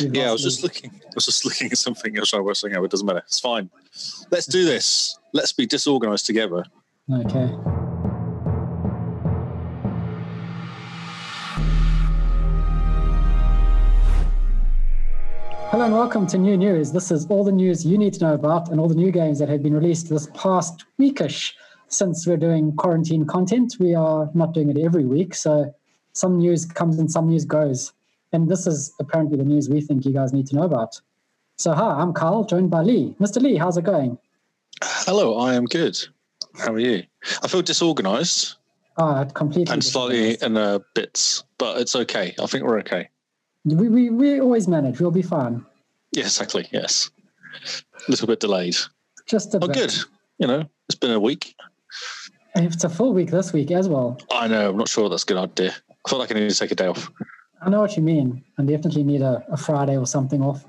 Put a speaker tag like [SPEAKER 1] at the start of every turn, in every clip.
[SPEAKER 1] yeah, I was just looking. I was just looking at something else. I was saying, oh, it doesn't matter. It's fine. Let's do this. Let's be disorganized together.
[SPEAKER 2] Okay. Hello and welcome to New News. This is all the news you need to know about and all the new games that have been released this past weekish. Since we're doing quarantine content, we are not doing it every week, so some news comes and some news goes. And this is apparently the news we think you guys need to know about. So, hi, I'm Carl, joined by Lee. Mr. Lee, how's it going?
[SPEAKER 1] Hello, I am good. How are you? I feel disorganized
[SPEAKER 2] Ah, completely.
[SPEAKER 1] and slightly
[SPEAKER 2] disorganized.
[SPEAKER 1] in uh, bits, but it's okay. I think we're okay.
[SPEAKER 2] We, we, we always manage, we'll be fine.
[SPEAKER 1] Yeah, exactly. Yes. A little bit delayed.
[SPEAKER 2] Just a
[SPEAKER 1] Oh,
[SPEAKER 2] bit.
[SPEAKER 1] good. You know, it's been a week.
[SPEAKER 2] It's a full week this week as well.
[SPEAKER 1] I know. I'm not sure that's a good idea. I feel like I need to take a day off.
[SPEAKER 2] I know what you mean. I definitely need a, a Friday or something off.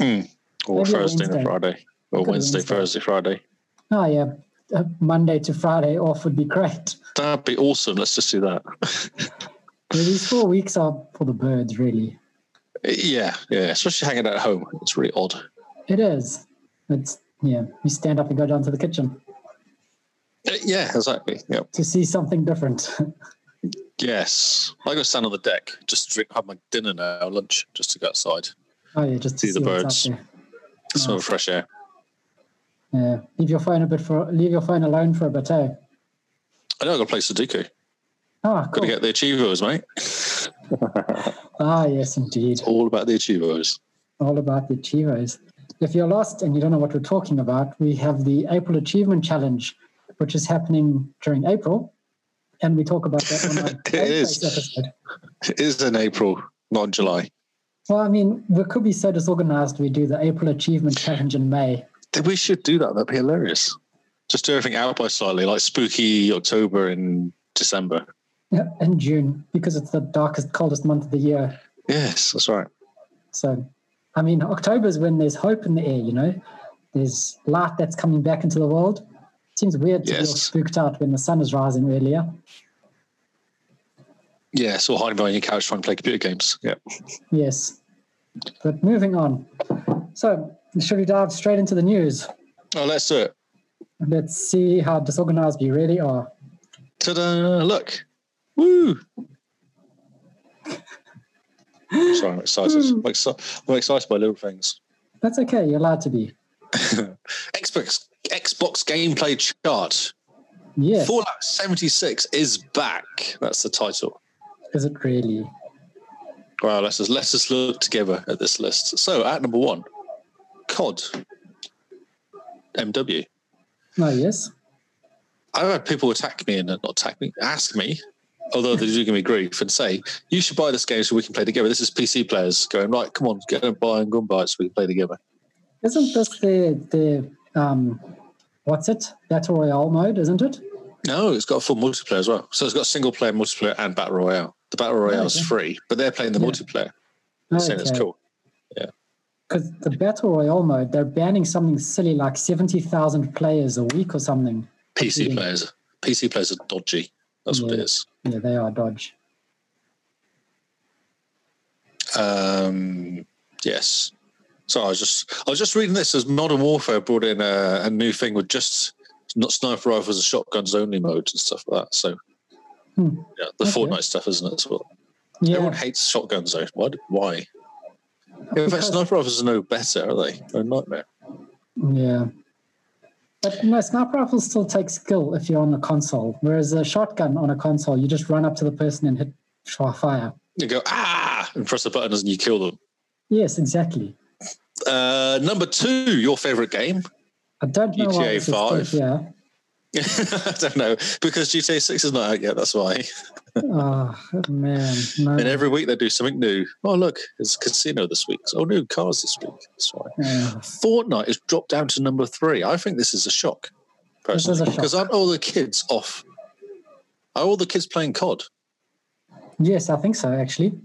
[SPEAKER 1] Or
[SPEAKER 2] Maybe a
[SPEAKER 1] Thursday and
[SPEAKER 2] Wednesday.
[SPEAKER 1] a Friday. Or
[SPEAKER 2] Look at
[SPEAKER 1] Wednesday,
[SPEAKER 2] Wednesday.
[SPEAKER 1] Thursday, Friday.
[SPEAKER 2] Oh, yeah. A Monday to Friday off would be great.
[SPEAKER 1] That'd be awesome. Let's just do that.
[SPEAKER 2] Yeah, These four weeks are for the birds, really.
[SPEAKER 1] yeah, yeah. Especially hanging out at home. It's really odd.
[SPEAKER 2] It is. It's, yeah, you stand up and go down to the kitchen
[SPEAKER 1] Uh, Yeah, exactly. Yep.
[SPEAKER 2] to see something different.
[SPEAKER 1] Yes. I go stand on the deck, just drink, have my dinner now, lunch, just to go outside.
[SPEAKER 2] oh, yeah, just to
[SPEAKER 1] See the
[SPEAKER 2] what's up
[SPEAKER 1] birds.
[SPEAKER 2] there.
[SPEAKER 1] Smell the fresh air.
[SPEAKER 2] Yeah, leave your phone a bit for leave your phone alone for a bit. Eh?
[SPEAKER 1] I know I've got to play Sudoku.
[SPEAKER 2] Ah,
[SPEAKER 1] Got
[SPEAKER 2] cool.
[SPEAKER 1] to get the achievers, mate.
[SPEAKER 2] ah, yes, indeed.
[SPEAKER 1] All about the achievers.
[SPEAKER 2] All about the Achievers. If you're lost and you don't know what we're talking about, we have the April Achievement Challenge, which is happening during April, and we talk about that on our
[SPEAKER 1] It
[SPEAKER 2] Game
[SPEAKER 1] is.
[SPEAKER 2] Face episode.
[SPEAKER 1] It is in April, not in July.
[SPEAKER 2] Well, I mean, we could be so disorganized we do the April Achievement Challenge in May.
[SPEAKER 1] Then we should do that. That'd be hilarious. Just do everything out by slightly, like spooky October and December.
[SPEAKER 2] Yeah, in June because it's the darkest, coldest month of the year.
[SPEAKER 1] Yes, that's right.
[SPEAKER 2] So, I mean, October is when there's hope in the air, you know, there's light that's coming back into the world. seems weird to be all
[SPEAKER 1] Yes.
[SPEAKER 2] spooked out when the sun is rising earlier.
[SPEAKER 1] Yes, or hiding behind your couch trying to play computer games. Yeah.
[SPEAKER 2] Yes. But moving on. So, should we dive straight into the news?
[SPEAKER 1] Oh, let's do it.
[SPEAKER 2] Let's see how disorganized we really are.
[SPEAKER 1] Ta-da! Look. Woo! Sorry, I'm excited. I'm, exci- I'm excited by little things.
[SPEAKER 2] That's okay. You're allowed to be.
[SPEAKER 1] Xbox Xbox gameplay chart.
[SPEAKER 2] Yes.
[SPEAKER 1] Fallout 76 is back. That's the title.
[SPEAKER 2] Is it really?
[SPEAKER 1] Wow, let's just let's just look together at this list. So at number one, COD. MW.
[SPEAKER 2] Oh, yes.
[SPEAKER 1] I've had people attack me and not attack me, ask me, although they do give me grief and say, "You should buy this game so we can play together." This is PC players going right. Come on, get a buy and gun buy it so we can play together.
[SPEAKER 2] Isn't this the, the um, what's it? Battle Royale mode, isn't it?
[SPEAKER 1] No, it's got a full multiplayer as well. So it's got single player, multiplayer, and battle royale. The battle royale is
[SPEAKER 2] okay.
[SPEAKER 1] free, but they're playing the
[SPEAKER 2] Yeah.
[SPEAKER 1] multiplayer. Saying it's cool.
[SPEAKER 2] Because the battle royale mode, they're banning something silly like seventy thousand players a week or something.
[SPEAKER 1] PC
[SPEAKER 2] Yeah.
[SPEAKER 1] players, PC players are dodgy. That's what it
[SPEAKER 2] Yeah.
[SPEAKER 1] is.
[SPEAKER 2] Yeah, they are dodge.
[SPEAKER 1] Um, yes. So I was just I was just reading this as Modern Warfare brought in a, a new thing with just not sniper rifles and shotguns only modes and stuff like that. So
[SPEAKER 2] Hmm.
[SPEAKER 1] yeah, the
[SPEAKER 2] Okay.
[SPEAKER 1] Fortnite stuff, isn't it? As well, everyone
[SPEAKER 2] Yeah,
[SPEAKER 1] hates shotguns though. Why? Why? Yeah, in fact,
[SPEAKER 2] Because-
[SPEAKER 1] sniper rifles are no better, are they? They're a nightmare.
[SPEAKER 2] yeah. But no, sniper rifles still take skill if you're on a console, whereas a shotgun on a console, you just run up to the person and hit sh- fire.
[SPEAKER 1] You go ah and press the buttons and you kill them.
[SPEAKER 2] Yes, exactly.
[SPEAKER 1] Uh, number two, your favorite game?
[SPEAKER 2] I don't know why
[SPEAKER 1] GTA
[SPEAKER 2] this is still
[SPEAKER 1] 5.
[SPEAKER 2] here.
[SPEAKER 1] I don't know because GTA Six is not out yet. That's why.
[SPEAKER 2] Oh man, no.
[SPEAKER 1] And every week they do something new. Oh, look, it's casino this week. Oh, new cars this week. That's why.
[SPEAKER 2] Yeah.
[SPEAKER 1] Fortnite has dropped down to number three. I think this is a shock,
[SPEAKER 2] This is a
[SPEAKER 1] personally,
[SPEAKER 2] shock.
[SPEAKER 1] because aren't all the kids off? Are all the kids playing COD?
[SPEAKER 2] Yes, I think so. Actually,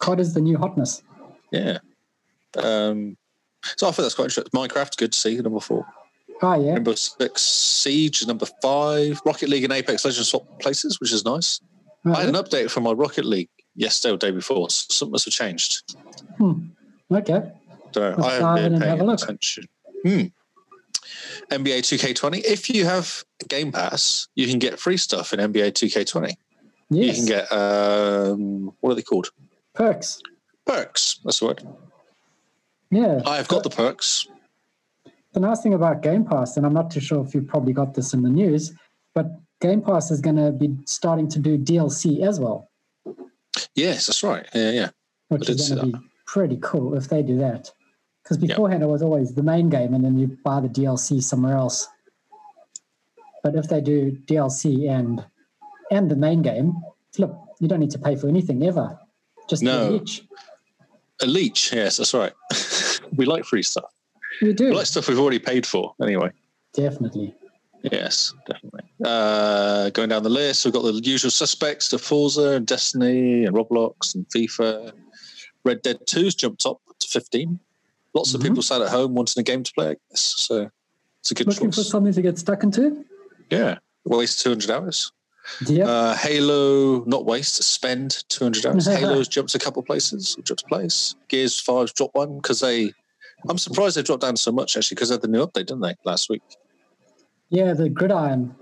[SPEAKER 2] COD is the new hotness.
[SPEAKER 1] Yeah. Um, so I think that's quite interesting. Minecraft, good to see, number four.
[SPEAKER 2] Ah, yeah.
[SPEAKER 1] Number six, Siege, is number five. Rocket League and Apex Legends swap places, which is nice. I had an update from my Rocket League yesterday or day before. so Something must have changed.
[SPEAKER 2] Hmm. Okay.
[SPEAKER 1] So
[SPEAKER 2] Let's
[SPEAKER 1] I
[SPEAKER 2] dive
[SPEAKER 1] haven't
[SPEAKER 2] in
[SPEAKER 1] been
[SPEAKER 2] and have a
[SPEAKER 1] paying
[SPEAKER 2] look.
[SPEAKER 1] attention. Hmm. NBA 2K20. If you have Game Pass, you can get free stuff in NBA 2K20. You
[SPEAKER 2] Yes.
[SPEAKER 1] can get um, what are they called?
[SPEAKER 2] Perks.
[SPEAKER 1] Perks. That's the word.
[SPEAKER 2] Yeah.
[SPEAKER 1] I've got the perks.
[SPEAKER 2] the nice thing about Game Pass, and I'm not too sure if you probably got this in the news, but Game Pass is going to be starting to do DLC as well,
[SPEAKER 1] Yes, that's right. Yeah, yeah. I
[SPEAKER 2] which
[SPEAKER 1] did
[SPEAKER 2] is
[SPEAKER 1] see
[SPEAKER 2] going to be pretty cool if they do that. Because
[SPEAKER 1] uh, Yeah.
[SPEAKER 2] beforehand it was always the main game, and then you buy the DLC somewhere else. But if they do DLC and and the main game, flip, you don't need to pay for anything ever. Just pay
[SPEAKER 1] No.
[SPEAKER 2] each.
[SPEAKER 1] A leech. Yes, that's right. we like free stuff.
[SPEAKER 2] You do
[SPEAKER 1] We like stuff we've already paid for anyway.
[SPEAKER 2] definitely.
[SPEAKER 1] Yes, definitely. Uh, going down the list, we've got the usual suspects: the Forza and Destiny and Roblox and FIFA. Red Dead 2's jumped up to 15. Lots
[SPEAKER 2] Mhm.
[SPEAKER 1] of people sat at home wanting a game to play. I guess, so it's a good
[SPEAKER 2] Looking for
[SPEAKER 1] choice.
[SPEAKER 2] something to get stuck into.
[SPEAKER 1] yeah, waste 200 hours.
[SPEAKER 2] Yep.
[SPEAKER 1] Uh, Halo, not waste, spend 200 hours. Halo's jumped a couple places, jumped a place. Gears 5's dropped one because they. I'm surprised they dropped down so much actually because they had the new update, didn't they, last week?
[SPEAKER 2] Yeah, the gridiron.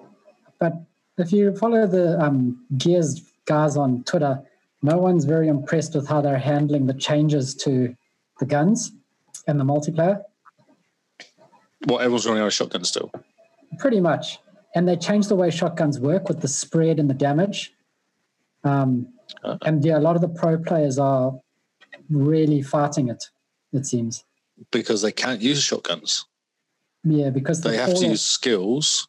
[SPEAKER 2] But if you follow the um, Gears guys on Twitter, no one's very impressed with how they're handling the changes to the guns and the multiplayer,
[SPEAKER 1] Well, everyone's running out of shotgun still.
[SPEAKER 2] pretty much. And they changed the way shotguns work with the spread and the damage. Um,
[SPEAKER 1] Uh-huh.
[SPEAKER 2] And yeah, a lot of the pro players are really fighting it, it seems.
[SPEAKER 1] because they can't use shotguns.
[SPEAKER 2] Yeah, because the
[SPEAKER 1] They have to
[SPEAKER 2] fall-
[SPEAKER 1] use skills.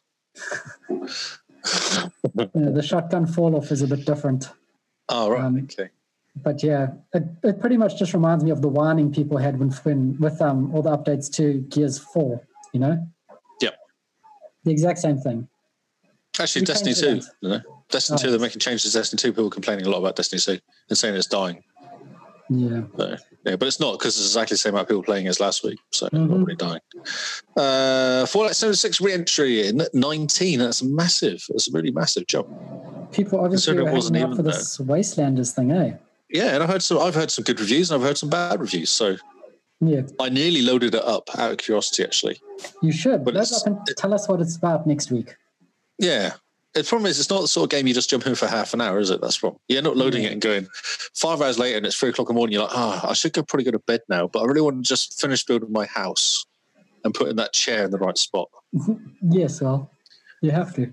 [SPEAKER 2] uh, the shotgun fall off is a bit different.
[SPEAKER 1] Oh, right.
[SPEAKER 2] Um,
[SPEAKER 1] okay.
[SPEAKER 2] but yeah, it, it pretty much just reminds me of the whining people had when, when with um all the updates to Gears Four. You know.
[SPEAKER 1] Yep.
[SPEAKER 2] The exact same thing.
[SPEAKER 1] Actually,
[SPEAKER 2] you
[SPEAKER 1] Destiny
[SPEAKER 2] changed
[SPEAKER 1] 2.
[SPEAKER 2] it
[SPEAKER 1] You know? Destiny
[SPEAKER 2] Oh.
[SPEAKER 1] 2, they're making changes to Destiny 2. People are complaining a lot about Destiny 2 and saying it's dying.
[SPEAKER 2] Yeah.
[SPEAKER 1] So, yeah, but it's not because it's exactly the same amount of people playing as last week. So it's
[SPEAKER 2] Mhm.
[SPEAKER 1] not really dying. Uh, Fallout 76 re entry in 19. That's massive. That's a really massive jump.
[SPEAKER 2] People obviously
[SPEAKER 1] Considering it
[SPEAKER 2] were
[SPEAKER 1] wasn't
[SPEAKER 2] hanging out
[SPEAKER 1] even
[SPEAKER 2] for
[SPEAKER 1] there.
[SPEAKER 2] this Wastelanders thing, eh?
[SPEAKER 1] Yeah, and I heard some, I've heard some good reviews and I've heard some bad reviews. So
[SPEAKER 2] Yeah.
[SPEAKER 1] I nearly loaded it up out of curiosity, actually.
[SPEAKER 2] You should.
[SPEAKER 1] But
[SPEAKER 2] Load
[SPEAKER 1] it's-
[SPEAKER 2] up and tell us what it's about next week.
[SPEAKER 1] Yeah. The problem is, it's not the sort of game you just jump in for half an hour, is it? That's wrong. You're not loading
[SPEAKER 2] Yeah.
[SPEAKER 1] it and going five hours later, and it's three o'clock in the morning. You're like, ah, I should go probably go to bed now, but I really want to just finish building my house and putting that chair in the right spot.
[SPEAKER 2] Yes, well, you have to.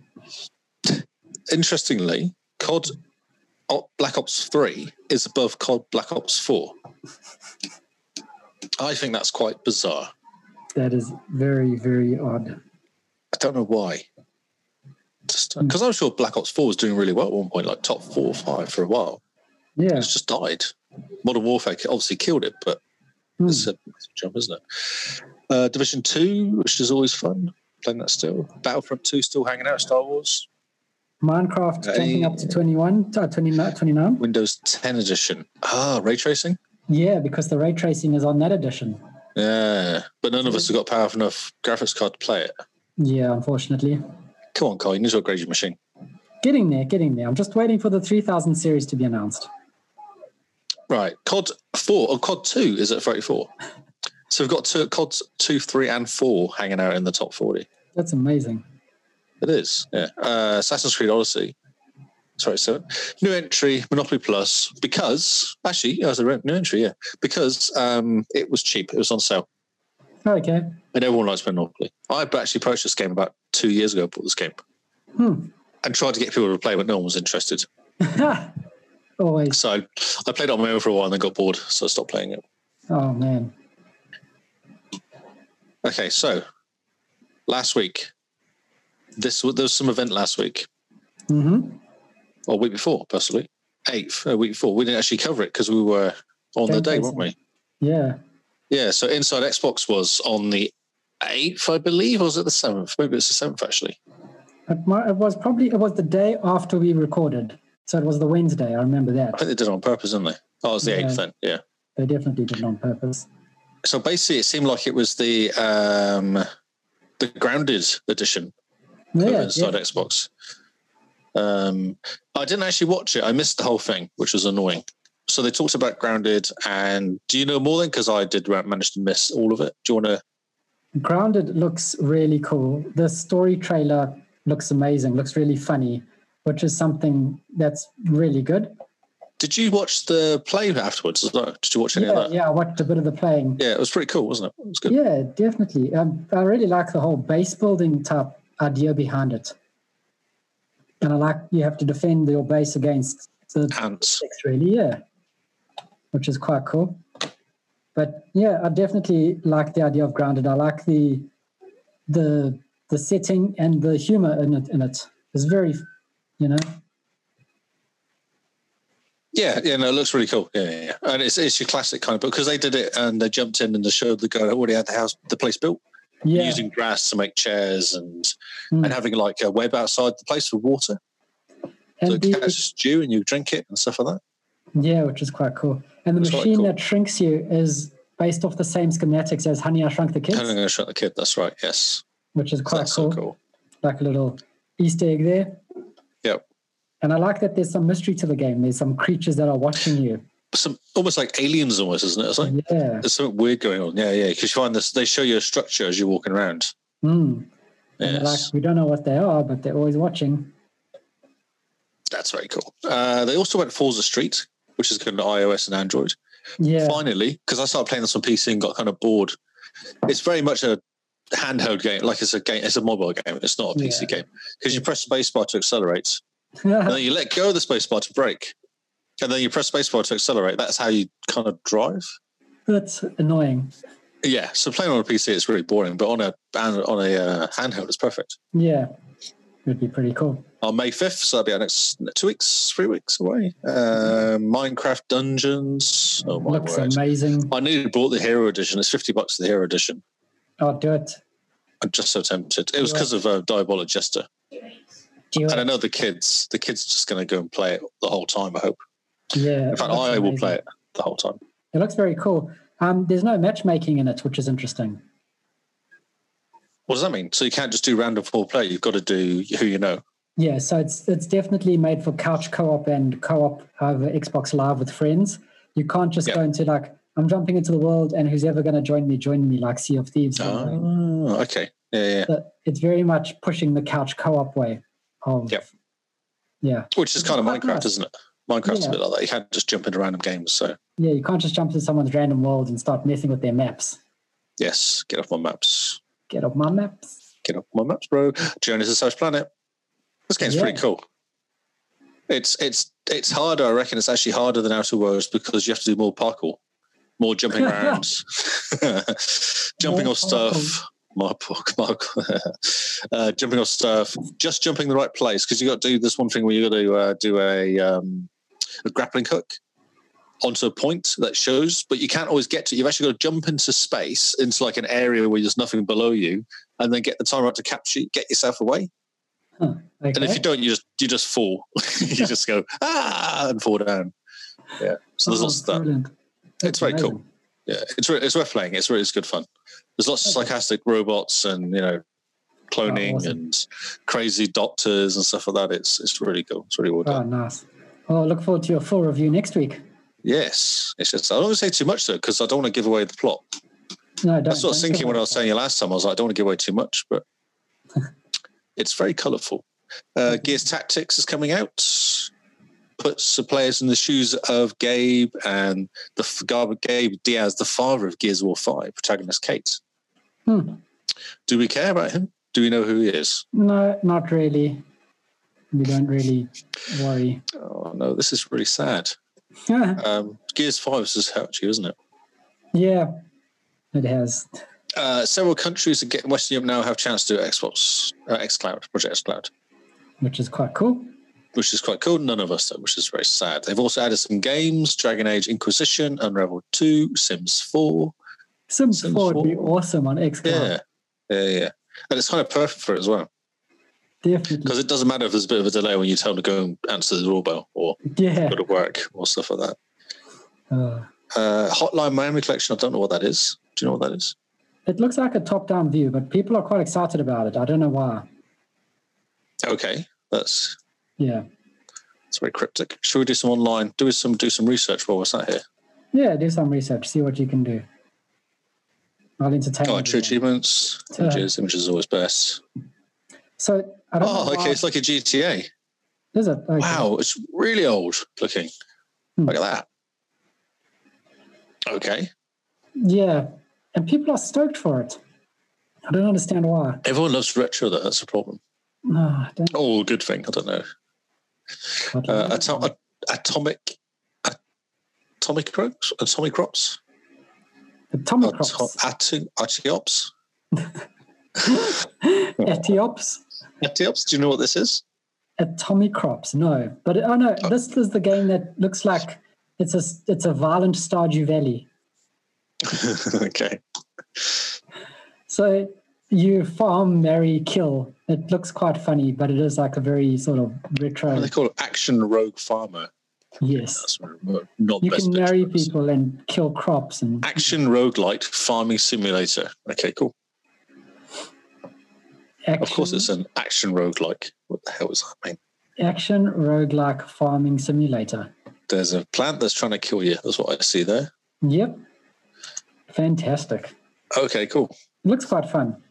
[SPEAKER 1] Interestingly, COD O- Black Ops Three is above COD Black Ops Four. I think that's quite bizarre.
[SPEAKER 2] That is very, very odd.
[SPEAKER 1] I don't know why. Just because I'm sure Black Ops Four was doing really well at one point, like top four or five for a while.
[SPEAKER 2] Yeah.
[SPEAKER 1] It's just died. Modern Warfare obviously killed it, but
[SPEAKER 2] Hmm.
[SPEAKER 1] it's a massive jump, isn't it? Uh, Division Two, which is always fun, playing that still. Battlefront Two, still hanging out. Star Wars,
[SPEAKER 2] Minecraft jumping up to 21, uh, 29, 29.
[SPEAKER 1] Windows 10 edition. Ah, ray tracing.
[SPEAKER 2] Yeah, because the ray tracing is on that edition.
[SPEAKER 1] Yeah, but none of us have got powerful enough graphics card to play it.
[SPEAKER 2] Yeah, unfortunately.
[SPEAKER 1] Come on, Kyle, you need to upgrade your machine.
[SPEAKER 2] Getting there, getting there. I'm just waiting for the 3000 series to be announced.
[SPEAKER 1] Right, COD Four or COD Two is at 34. So we've got two, COD Two, Three, and Four hanging out in the top 40.
[SPEAKER 2] That's amazing.
[SPEAKER 1] It is, yeah. Uh, Assassin's Creed Odyssey. Sorry, so new entry, Monopoly Plus, because actually, yeah, it was a re- new entry, yeah, because um, it was cheap, it was on sale,
[SPEAKER 2] Okay.
[SPEAKER 1] and everyone likes Monopoly. I actually purchased this game about two years ago, bought this game,
[SPEAKER 2] Hmm.
[SPEAKER 1] and tried to get people to play, but no one was interested.
[SPEAKER 2] Always.
[SPEAKER 1] So I played it on my own for a while and then got bored, so I stopped playing it.
[SPEAKER 2] Oh, man.
[SPEAKER 1] Okay, so last week, this was- there was some event last week,
[SPEAKER 2] Mm-hmm.
[SPEAKER 1] or week before, possibly eighth, uh, week before. We didn't actually cover it because we were on the
[SPEAKER 2] Game
[SPEAKER 1] day,
[SPEAKER 2] facing.
[SPEAKER 1] weren't we?
[SPEAKER 2] Yeah.
[SPEAKER 1] Yeah, so Inside Xbox was on the eighth, I believe, or was it the seventh? Maybe it's the seventh actually.
[SPEAKER 2] It, mi- it was probably, it was the day after we recorded. So it was the Wednesday. I remember
[SPEAKER 1] I
[SPEAKER 2] that.
[SPEAKER 1] think they did it on purpose, didn't they? Oh, it was the
[SPEAKER 2] Yeah.
[SPEAKER 1] eighth then. Yeah.
[SPEAKER 2] They definitely did it on purpose.
[SPEAKER 1] So basically, it seemed like it was the um, the grounded edition of
[SPEAKER 2] Yeah.
[SPEAKER 1] Inside Xbox. Um, I didn't actually watch it. I missed the whole thing, which was annoying. so they talked about Grounded, and do you know more then? Because I did uh, manage to miss all of it. Do you want to?
[SPEAKER 2] Grounded looks really cool. The story trailer looks amazing. Looks really funny, which is something that's really good.
[SPEAKER 1] Did you watch the play afterwards? No, Did you watch any
[SPEAKER 2] Yeah,
[SPEAKER 1] of that?
[SPEAKER 2] yeah, I watched a bit of the playing.
[SPEAKER 1] Yeah. it was pretty cool, wasn't it? It was good.
[SPEAKER 2] Yeah, definitely. Um, I really like the whole base building type idea behind it. And I like you have to defend your base against the
[SPEAKER 1] Ants.
[SPEAKER 2] six, really, yeah, which is quite cool. But yeah, I definitely like the idea of grounded. I like the the the setting and the humor in it. In it, it's very, you know,
[SPEAKER 1] Yeah, yeah, no, it looks really cool. Yeah, yeah, yeah. and it's it's your classic kind of because they did it and they jumped in and they showed the guy who already had the house, the place built,
[SPEAKER 2] yeah,
[SPEAKER 1] using grass to make chairs and
[SPEAKER 2] Mm.
[SPEAKER 1] and having like a web outside the place with water to
[SPEAKER 2] and the-
[SPEAKER 1] catch stew and you drink it and stuff like that.
[SPEAKER 2] Yeah, which is quite cool. And the
[SPEAKER 1] It's quite
[SPEAKER 2] machine
[SPEAKER 1] cool.
[SPEAKER 2] that shrinks you is based off the same schematics as Honey I Shrunk the Kids,
[SPEAKER 1] And I'm going to shut the kid. That's right. Yes,
[SPEAKER 2] which is quite
[SPEAKER 1] that's
[SPEAKER 2] cool.
[SPEAKER 1] so cool.
[SPEAKER 2] Like a little Easter egg there.
[SPEAKER 1] Yep.
[SPEAKER 2] And I like that there's some mystery to the game. There's some creatures that are watching you.
[SPEAKER 1] Some almost like aliens, almost isn't it? It's
[SPEAKER 2] Mm-hmm.
[SPEAKER 1] like
[SPEAKER 2] Yeah.
[SPEAKER 1] there's something weird going on. Yeah, yeah. Because you find this, they show you a structure as you're walking around.
[SPEAKER 2] Mm. And they're like,
[SPEAKER 1] Yes,
[SPEAKER 2] we don't know what they are, but they're always watching.
[SPEAKER 1] that's very cool. Uh, they also went Forza Street, which is going to iOS and Android.
[SPEAKER 2] Yeah.
[SPEAKER 1] finally, because I started playing this on PC and got kind of bored. It's very much a handheld game, like it's a game, it's a mobile game. It's not a PC game because you press spacebar to accelerate, and then you let go of the spacebar to brake, and then you press spacebar to accelerate. That's how you kind of drive.
[SPEAKER 2] That's annoying.
[SPEAKER 1] Yeah, so playing on a PC is really boring, but on a and on a uh, handheld, it's perfect.
[SPEAKER 2] Yeah. Would be pretty cool.
[SPEAKER 1] On May fifth, so that'll be our next two weeks, three weeks away. Uh, Minecraft Dungeons. Oh my
[SPEAKER 2] Looks
[SPEAKER 1] word!
[SPEAKER 2] amazing.
[SPEAKER 1] I nearly bought the Hero Edition. It's fifty bucks for the Hero Edition.
[SPEAKER 2] Oh, do it.
[SPEAKER 1] I'm just so tempted. It was
[SPEAKER 2] Yeah.
[SPEAKER 1] because of uh, Diabolic Jester,
[SPEAKER 2] Do
[SPEAKER 1] and I
[SPEAKER 2] it.
[SPEAKER 1] know the kids. The kids just going to go and play it the whole time. I hope.
[SPEAKER 2] Yeah.
[SPEAKER 1] In
[SPEAKER 2] it
[SPEAKER 1] fact,
[SPEAKER 2] looks
[SPEAKER 1] I will
[SPEAKER 2] amazing.
[SPEAKER 1] play it the whole time.
[SPEAKER 2] It looks very cool. Um, there's no matchmaking in it, which is interesting.
[SPEAKER 1] What does that mean? So you can't just do random four play. You've got to do who you know.
[SPEAKER 2] Yeah, so it's it's definitely made for couch co-op and co-op over Xbox Live with friends. You can't just
[SPEAKER 1] Yeah.
[SPEAKER 2] go into like I'm jumping into the world and who's ever going to join me, join me like Sea of Thieves. So
[SPEAKER 1] Oh, okay. Yeah, yeah. yeah.
[SPEAKER 2] it's very much pushing the couch co-op way. Of,
[SPEAKER 1] Yep.
[SPEAKER 2] Yeah,
[SPEAKER 1] Which is kind of
[SPEAKER 2] Quite
[SPEAKER 1] Minecraft,
[SPEAKER 2] nice.
[SPEAKER 1] isn't it? Minecraft's
[SPEAKER 2] Yeah.
[SPEAKER 1] a bit like that. You can't just jump into random games. So
[SPEAKER 2] yeah. You can't just jump into someone's random world and start messing with their maps.
[SPEAKER 1] yes, get off my maps.
[SPEAKER 2] Get off my maps.
[SPEAKER 1] Get off my maps, bro. Journey to the South Planet. This game's
[SPEAKER 2] Yeah.
[SPEAKER 1] pretty cool. It's it's it's harder. I reckon it's actually harder than Outer Worlds because you have to do more parkour, more jumping around, jumping
[SPEAKER 2] More
[SPEAKER 1] off stuff. My pork, Mark. uh, jumping off stuff, just jumping the right place because you got to do this one thing where you got to uh, do a, um, a grappling hook onto a point that shows, but you can't always get to. it. You've actually got to jump into space, into like an area where there's nothing below you, and then get the timer up to capture, get yourself away.
[SPEAKER 2] Okay.
[SPEAKER 1] And if you don't, you just you just fall. you just go ah and fall down. Yeah. So there's
[SPEAKER 2] Oh,
[SPEAKER 1] lots of that.
[SPEAKER 2] brilliant. That's
[SPEAKER 1] It's very cool.
[SPEAKER 2] amazing.
[SPEAKER 1] Yeah. It's re- it's worth playing. It's really it's good fun. There's lots of
[SPEAKER 2] Okay.
[SPEAKER 1] sarcastic robots and you know cloning
[SPEAKER 2] Oh, awesome.
[SPEAKER 1] and crazy doctors and stuff like that. It's it's really cool. It's really well done.
[SPEAKER 2] Oh, nice. Well, I look forward to your full review next week.
[SPEAKER 1] Yes. It's just I don't want to say too much though because I don't want to give away the plot.
[SPEAKER 2] No, don't.
[SPEAKER 1] That's what I
[SPEAKER 2] don't give
[SPEAKER 1] was thinking when
[SPEAKER 2] up.
[SPEAKER 1] I was telling you last time. I was like, I don't want to give away too much, but it's very colourful. Uh, Gears Tactics is coming out. Puts the players in the shoes of Gabe and the f- Gar- Gabe Diaz, the father of Gears of War Five, protagonist Kate.
[SPEAKER 2] Hmm.
[SPEAKER 1] Do we care about him? Do we know who he is?
[SPEAKER 2] No, not really. We don't really worry.
[SPEAKER 1] Oh no, this is really sad.
[SPEAKER 2] yeah,
[SPEAKER 1] Um, Gears Five has hurt you, isn't it?
[SPEAKER 2] it has.
[SPEAKER 1] Uh, several countries in Western Europe now have chance to do Xbox, uh, XCloud, Project XCloud.
[SPEAKER 2] Which is quite cool.
[SPEAKER 1] which is quite cool. None of us, though, which is very sad. They've also added some games Dragon Age Inquisition, Unravel 2, Sims 4.
[SPEAKER 2] Sims,
[SPEAKER 1] Sims
[SPEAKER 2] 4 would be
[SPEAKER 1] 4.
[SPEAKER 2] awesome on
[SPEAKER 1] Yeah.
[SPEAKER 2] xCloud.
[SPEAKER 1] Yeah, yeah. And it's kind of perfect for it as well,
[SPEAKER 2] Definitely.
[SPEAKER 1] because it doesn't matter if there's a bit of a delay when you tell them to go and answer the doorbell or
[SPEAKER 2] Yeah.
[SPEAKER 1] go to work or stuff like that.
[SPEAKER 2] Uh,
[SPEAKER 1] Uh, Hotline Miami Collection, I don't know what that is. Do you know what that is?
[SPEAKER 2] it looks like a top down view, but people are quite excited about it. I don't know why.
[SPEAKER 1] Okay. That's
[SPEAKER 2] Yeah.
[SPEAKER 1] It's very cryptic. Should we do some online? Do some do some research while we're sat here.
[SPEAKER 2] Yeah, do some research, see what you can do. I'll entertain.
[SPEAKER 1] Oh,
[SPEAKER 2] you.
[SPEAKER 1] true achievements.
[SPEAKER 2] Uh,
[SPEAKER 1] Images. Images is always best.
[SPEAKER 2] So I don't
[SPEAKER 1] Oh,
[SPEAKER 2] know
[SPEAKER 1] okay.
[SPEAKER 2] how-
[SPEAKER 1] It's like a GTA.
[SPEAKER 2] Is it? Okay.
[SPEAKER 1] Wow, it's really old looking.
[SPEAKER 2] Hmm.
[SPEAKER 1] Look at that. Okay.
[SPEAKER 2] Yeah, and people are stoked for it. I don't understand why.
[SPEAKER 1] Everyone loves retro though. That's a problem.
[SPEAKER 2] No, I don't.
[SPEAKER 1] Oh, good thing. I don't know.
[SPEAKER 2] what-
[SPEAKER 1] Uh, atom- a- atomic. a- Atomic crops? Atomic crops?
[SPEAKER 2] Atomic
[SPEAKER 1] Ato-
[SPEAKER 2] crops.
[SPEAKER 1] atu- Atiops?
[SPEAKER 2] Etiops.
[SPEAKER 1] Atiops? Do you know what this is?
[SPEAKER 2] Atomic crops. No, but oh no,
[SPEAKER 1] Oh.
[SPEAKER 2] this is the game that looks like it's a it's a violent Stardew Valley.
[SPEAKER 1] okay.
[SPEAKER 2] So you farm, marry, kill. It looks quite funny, but it is like a very sort of retro.
[SPEAKER 1] What do they call it action rogue farmer.
[SPEAKER 2] yes,
[SPEAKER 1] That's not the
[SPEAKER 2] you
[SPEAKER 1] best
[SPEAKER 2] can marry
[SPEAKER 1] picture.
[SPEAKER 2] people and kill crops and
[SPEAKER 1] Action roguelite farming simulator. Okay, cool.
[SPEAKER 2] action.
[SPEAKER 1] Of course, it's an action roguelike. What the hell does that mean?
[SPEAKER 2] action roguelike farming simulator.
[SPEAKER 1] There's a plant that's trying to kill you. That's what I see there.
[SPEAKER 2] Yep, fantastic.
[SPEAKER 1] Okay, cool.
[SPEAKER 2] It looks quite fun.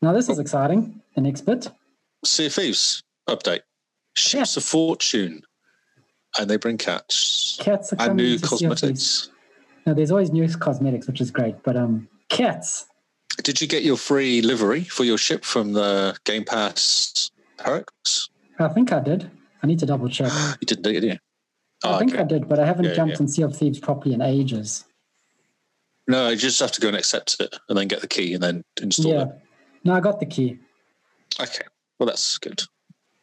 [SPEAKER 2] Now this
[SPEAKER 1] Oh.
[SPEAKER 2] is exciting. The next bit.
[SPEAKER 1] Sea of Thieves update. Ships of Fortune, and they bring cats
[SPEAKER 2] Cats are coming
[SPEAKER 1] and new
[SPEAKER 2] to Sea of Thieves.
[SPEAKER 1] cosmetics.
[SPEAKER 2] Now there's always new cosmetics, which is great, but um, cats.
[SPEAKER 1] Did you get your free livery for your ship from the Game Pass perks?
[SPEAKER 2] I think I did. I need to double check.
[SPEAKER 1] You didn't do it, did you? Oh,
[SPEAKER 2] I think
[SPEAKER 1] okay.
[SPEAKER 2] I did, but I haven't
[SPEAKER 1] Yeah,
[SPEAKER 2] jumped
[SPEAKER 1] yeah.
[SPEAKER 2] in Sea of Thieves properly in ages.
[SPEAKER 1] No, you just have to go and accept it and then get the key and then install
[SPEAKER 2] yeah.
[SPEAKER 1] it.
[SPEAKER 2] No, I got the key.
[SPEAKER 1] Okay. Well, that's good.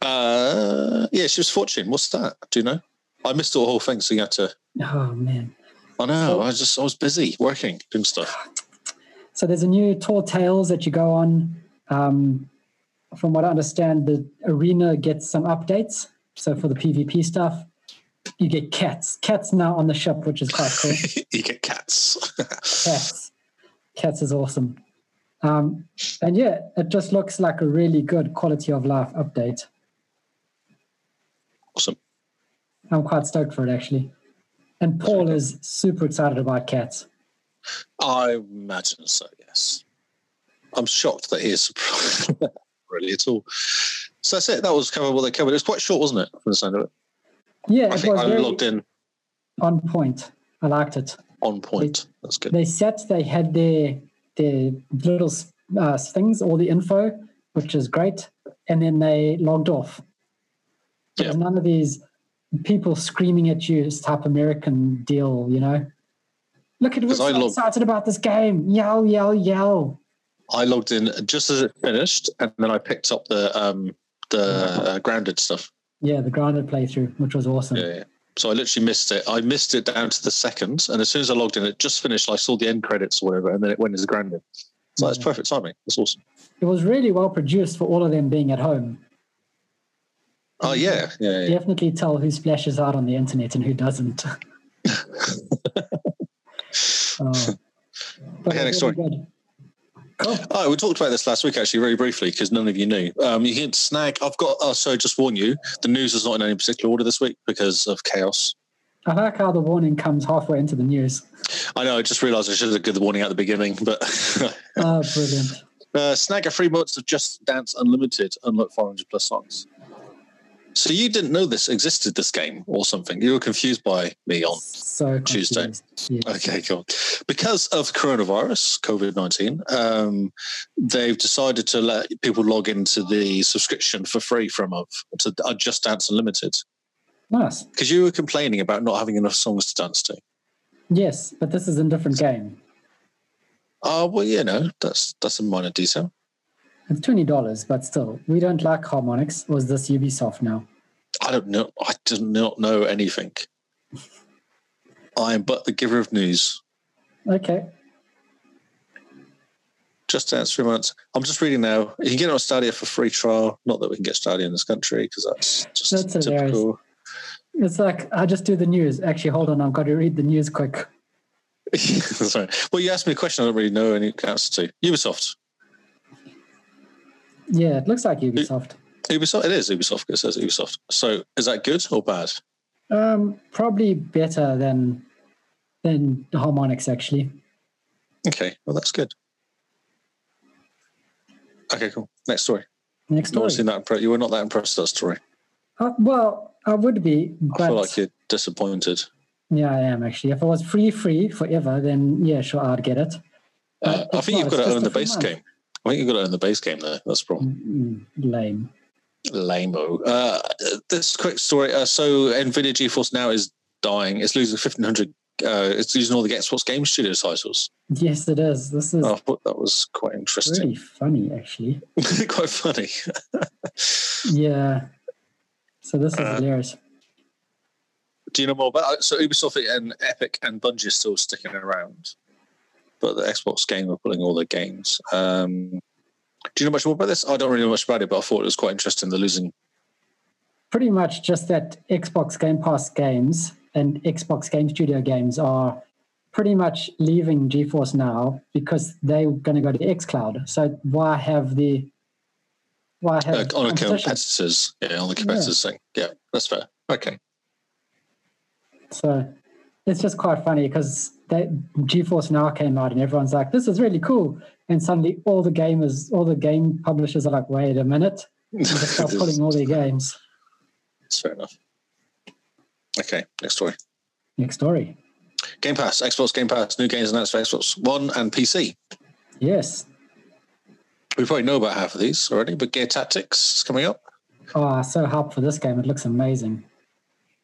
[SPEAKER 1] Uh, yeah, she was Fortune. What's that? Do you know? I missed the whole thing, so you had to.
[SPEAKER 2] Oh man.
[SPEAKER 1] I know. I was just I was busy working, doing stuff.
[SPEAKER 2] So there's a new Tall Tales that you go on. Um, from what I understand, the arena gets some updates. So for the PvP stuff, you get cats. Cats now on the ship, which is quite cool.
[SPEAKER 1] you get cats.
[SPEAKER 2] cats. Cats is awesome. Um, and yeah, it just looks like a really good quality of life update.
[SPEAKER 1] awesome.
[SPEAKER 2] I'm quite stoked for it actually. And Paul is super excited about cats.
[SPEAKER 1] I imagine so. Yes. I'm shocked that he is surprised really at all. So that's it. That was covered what they covered. It was quite short, wasn't it? From the sound of it.
[SPEAKER 2] Yeah,
[SPEAKER 1] I
[SPEAKER 2] it
[SPEAKER 1] think
[SPEAKER 2] was
[SPEAKER 1] I
[SPEAKER 2] very
[SPEAKER 1] logged in
[SPEAKER 2] on point. I liked it.
[SPEAKER 1] on point. That's good.
[SPEAKER 2] They said they had their their little uh, things, all the info, which is great, and then they logged off. There was
[SPEAKER 1] Yeah.
[SPEAKER 2] none of these people screaming at you it's type American deal, you know. Look at what's
[SPEAKER 1] 'Cause I
[SPEAKER 2] so
[SPEAKER 1] logged-
[SPEAKER 2] excited about this game. Yell, yell, yell.
[SPEAKER 1] I logged in just as it finished, and then I picked up the um the
[SPEAKER 2] Mm-hmm.
[SPEAKER 1] uh, grounded stuff.
[SPEAKER 2] Yeah, the grounded playthrough, which was awesome.
[SPEAKER 1] Yeah, yeah. So I literally missed it. I missed it down to the second, and as soon as I logged in, it just finished. I saw the end credits or whatever, and then it went as grounded. So that's
[SPEAKER 2] Yeah.
[SPEAKER 1] perfect timing. That's awesome.
[SPEAKER 2] It was really well produced for all of them being at home.
[SPEAKER 1] Oh yeah, yeah, yeah.
[SPEAKER 2] Definitely tell who splashes out on the internet and who doesn't. oh. But
[SPEAKER 1] Okay, next
[SPEAKER 2] really
[SPEAKER 1] story.
[SPEAKER 2] good. Cool.
[SPEAKER 1] Oh, we talked about this last week actually, very briefly, because none of you knew. Um, you can snag. I've got. Oh, so just warn you, the news is not in any particular order this week because of chaos.
[SPEAKER 2] I like how the warning comes halfway into the news.
[SPEAKER 1] I know. I just realised I should have given the warning at the beginning, but
[SPEAKER 2] Oh, brilliant.
[SPEAKER 1] Uh, snag a free month of Just Dance Unlimited, unlock 400 plus songs. So you didn't know this existed, this game or something. You were confused by me on.
[SPEAKER 2] So
[SPEAKER 1] Tuesday.
[SPEAKER 2] confused. Yes.
[SPEAKER 1] Okay, cool. Because of coronavirus, COVID 19, um, they've decided to let people log into the subscription for free from of to uh, Just Dance Unlimited.
[SPEAKER 2] Nice.
[SPEAKER 1] Because you were complaining about not having enough songs to dance to.
[SPEAKER 2] Yes, but this is a different game.
[SPEAKER 1] Oh, well, you know, that's that's a minor detail.
[SPEAKER 2] It's twenty dollars, but still, we don't like harmonics. Or is this Ubisoft now?
[SPEAKER 1] I don't know. I do not know anything. I am but the giver of news.
[SPEAKER 2] Okay.
[SPEAKER 1] Just Dance three months. I'm just reading now. You can get it on Stadia for free trial. Not that we can get Stadia in this country because that's just
[SPEAKER 2] That's hilarious.
[SPEAKER 1] typical.
[SPEAKER 2] It's like I just do the news. Actually, hold on, I've got to read the news quick.
[SPEAKER 1] Sorry. Well, you asked me a question. I don't really know any answer to. Ubisoft.
[SPEAKER 2] Yeah, it looks like Ubisoft.
[SPEAKER 1] Ubisoft. It is Ubisoft. It says Ubisoft. So is that good or bad?
[SPEAKER 2] Um, probably better than than harmonics actually.
[SPEAKER 1] Okay, well that's good. Okay, cool. Next story.
[SPEAKER 2] Next
[SPEAKER 1] You
[SPEAKER 2] story.
[SPEAKER 1] weren't that impre- You were not that impressed with that story.
[SPEAKER 2] Uh, well, I would be, but
[SPEAKER 1] I feel like you're disappointed.
[SPEAKER 2] yeah, I am actually. If it was free, free forever, then yeah, sure, I'd get it.
[SPEAKER 1] Uh, I
[SPEAKER 2] it's
[SPEAKER 1] think
[SPEAKER 2] not,
[SPEAKER 1] you've
[SPEAKER 2] it's
[SPEAKER 1] got to
[SPEAKER 2] just
[SPEAKER 1] own
[SPEAKER 2] a
[SPEAKER 1] the
[SPEAKER 2] free
[SPEAKER 1] base
[SPEAKER 2] month.
[SPEAKER 1] game. I think you've got to own the base game though. That's the problem.
[SPEAKER 2] Mm, Lame.
[SPEAKER 1] Lameo. Uh, this quick story. Uh, so Nvidia GeForce Now is dying. It's losing 1500. Uh, it's losing all the Xbox game studio titles.
[SPEAKER 2] Yes, it is. This is
[SPEAKER 1] Oh, I thought that was quite interesting,
[SPEAKER 2] really funny, actually.
[SPEAKER 1] quite funny.
[SPEAKER 2] Yeah. So this is
[SPEAKER 1] Uh,
[SPEAKER 2] hilarious.
[SPEAKER 1] Do you know more about? uh, So Ubisoft and Epic and Bungie are still sticking around, but the Xbox game are pulling all their games. Um, do you know much more about this? I don't really know much about it, but I thought it was quite interesting. They're losing.
[SPEAKER 2] Pretty much just that Xbox Game Pass games and Xbox Game Studio games are pretty much leaving GeForce now because they're going to go to xCloud. So why have the why have
[SPEAKER 1] Uh, on the
[SPEAKER 2] competition?
[SPEAKER 1] competitors, yeah, on the competitors thing. Yeah, that's fair. Okay.
[SPEAKER 2] So it's just quite funny because that GeForce Now came out and everyone's like, "This is really cool," and suddenly all the gamers, all the game publishers are like, "Wait a minute!" and just start pulling all their games.
[SPEAKER 1] That's fair enough. Okay, next story.
[SPEAKER 2] Next story.
[SPEAKER 1] Game Pass, Xbox Game Pass, new games announced for Xbox One and PC.
[SPEAKER 2] Yes.
[SPEAKER 1] We probably know about half of these already, but Gear Tactics is coming up.
[SPEAKER 2] Oh, so hyped for this game. It looks amazing.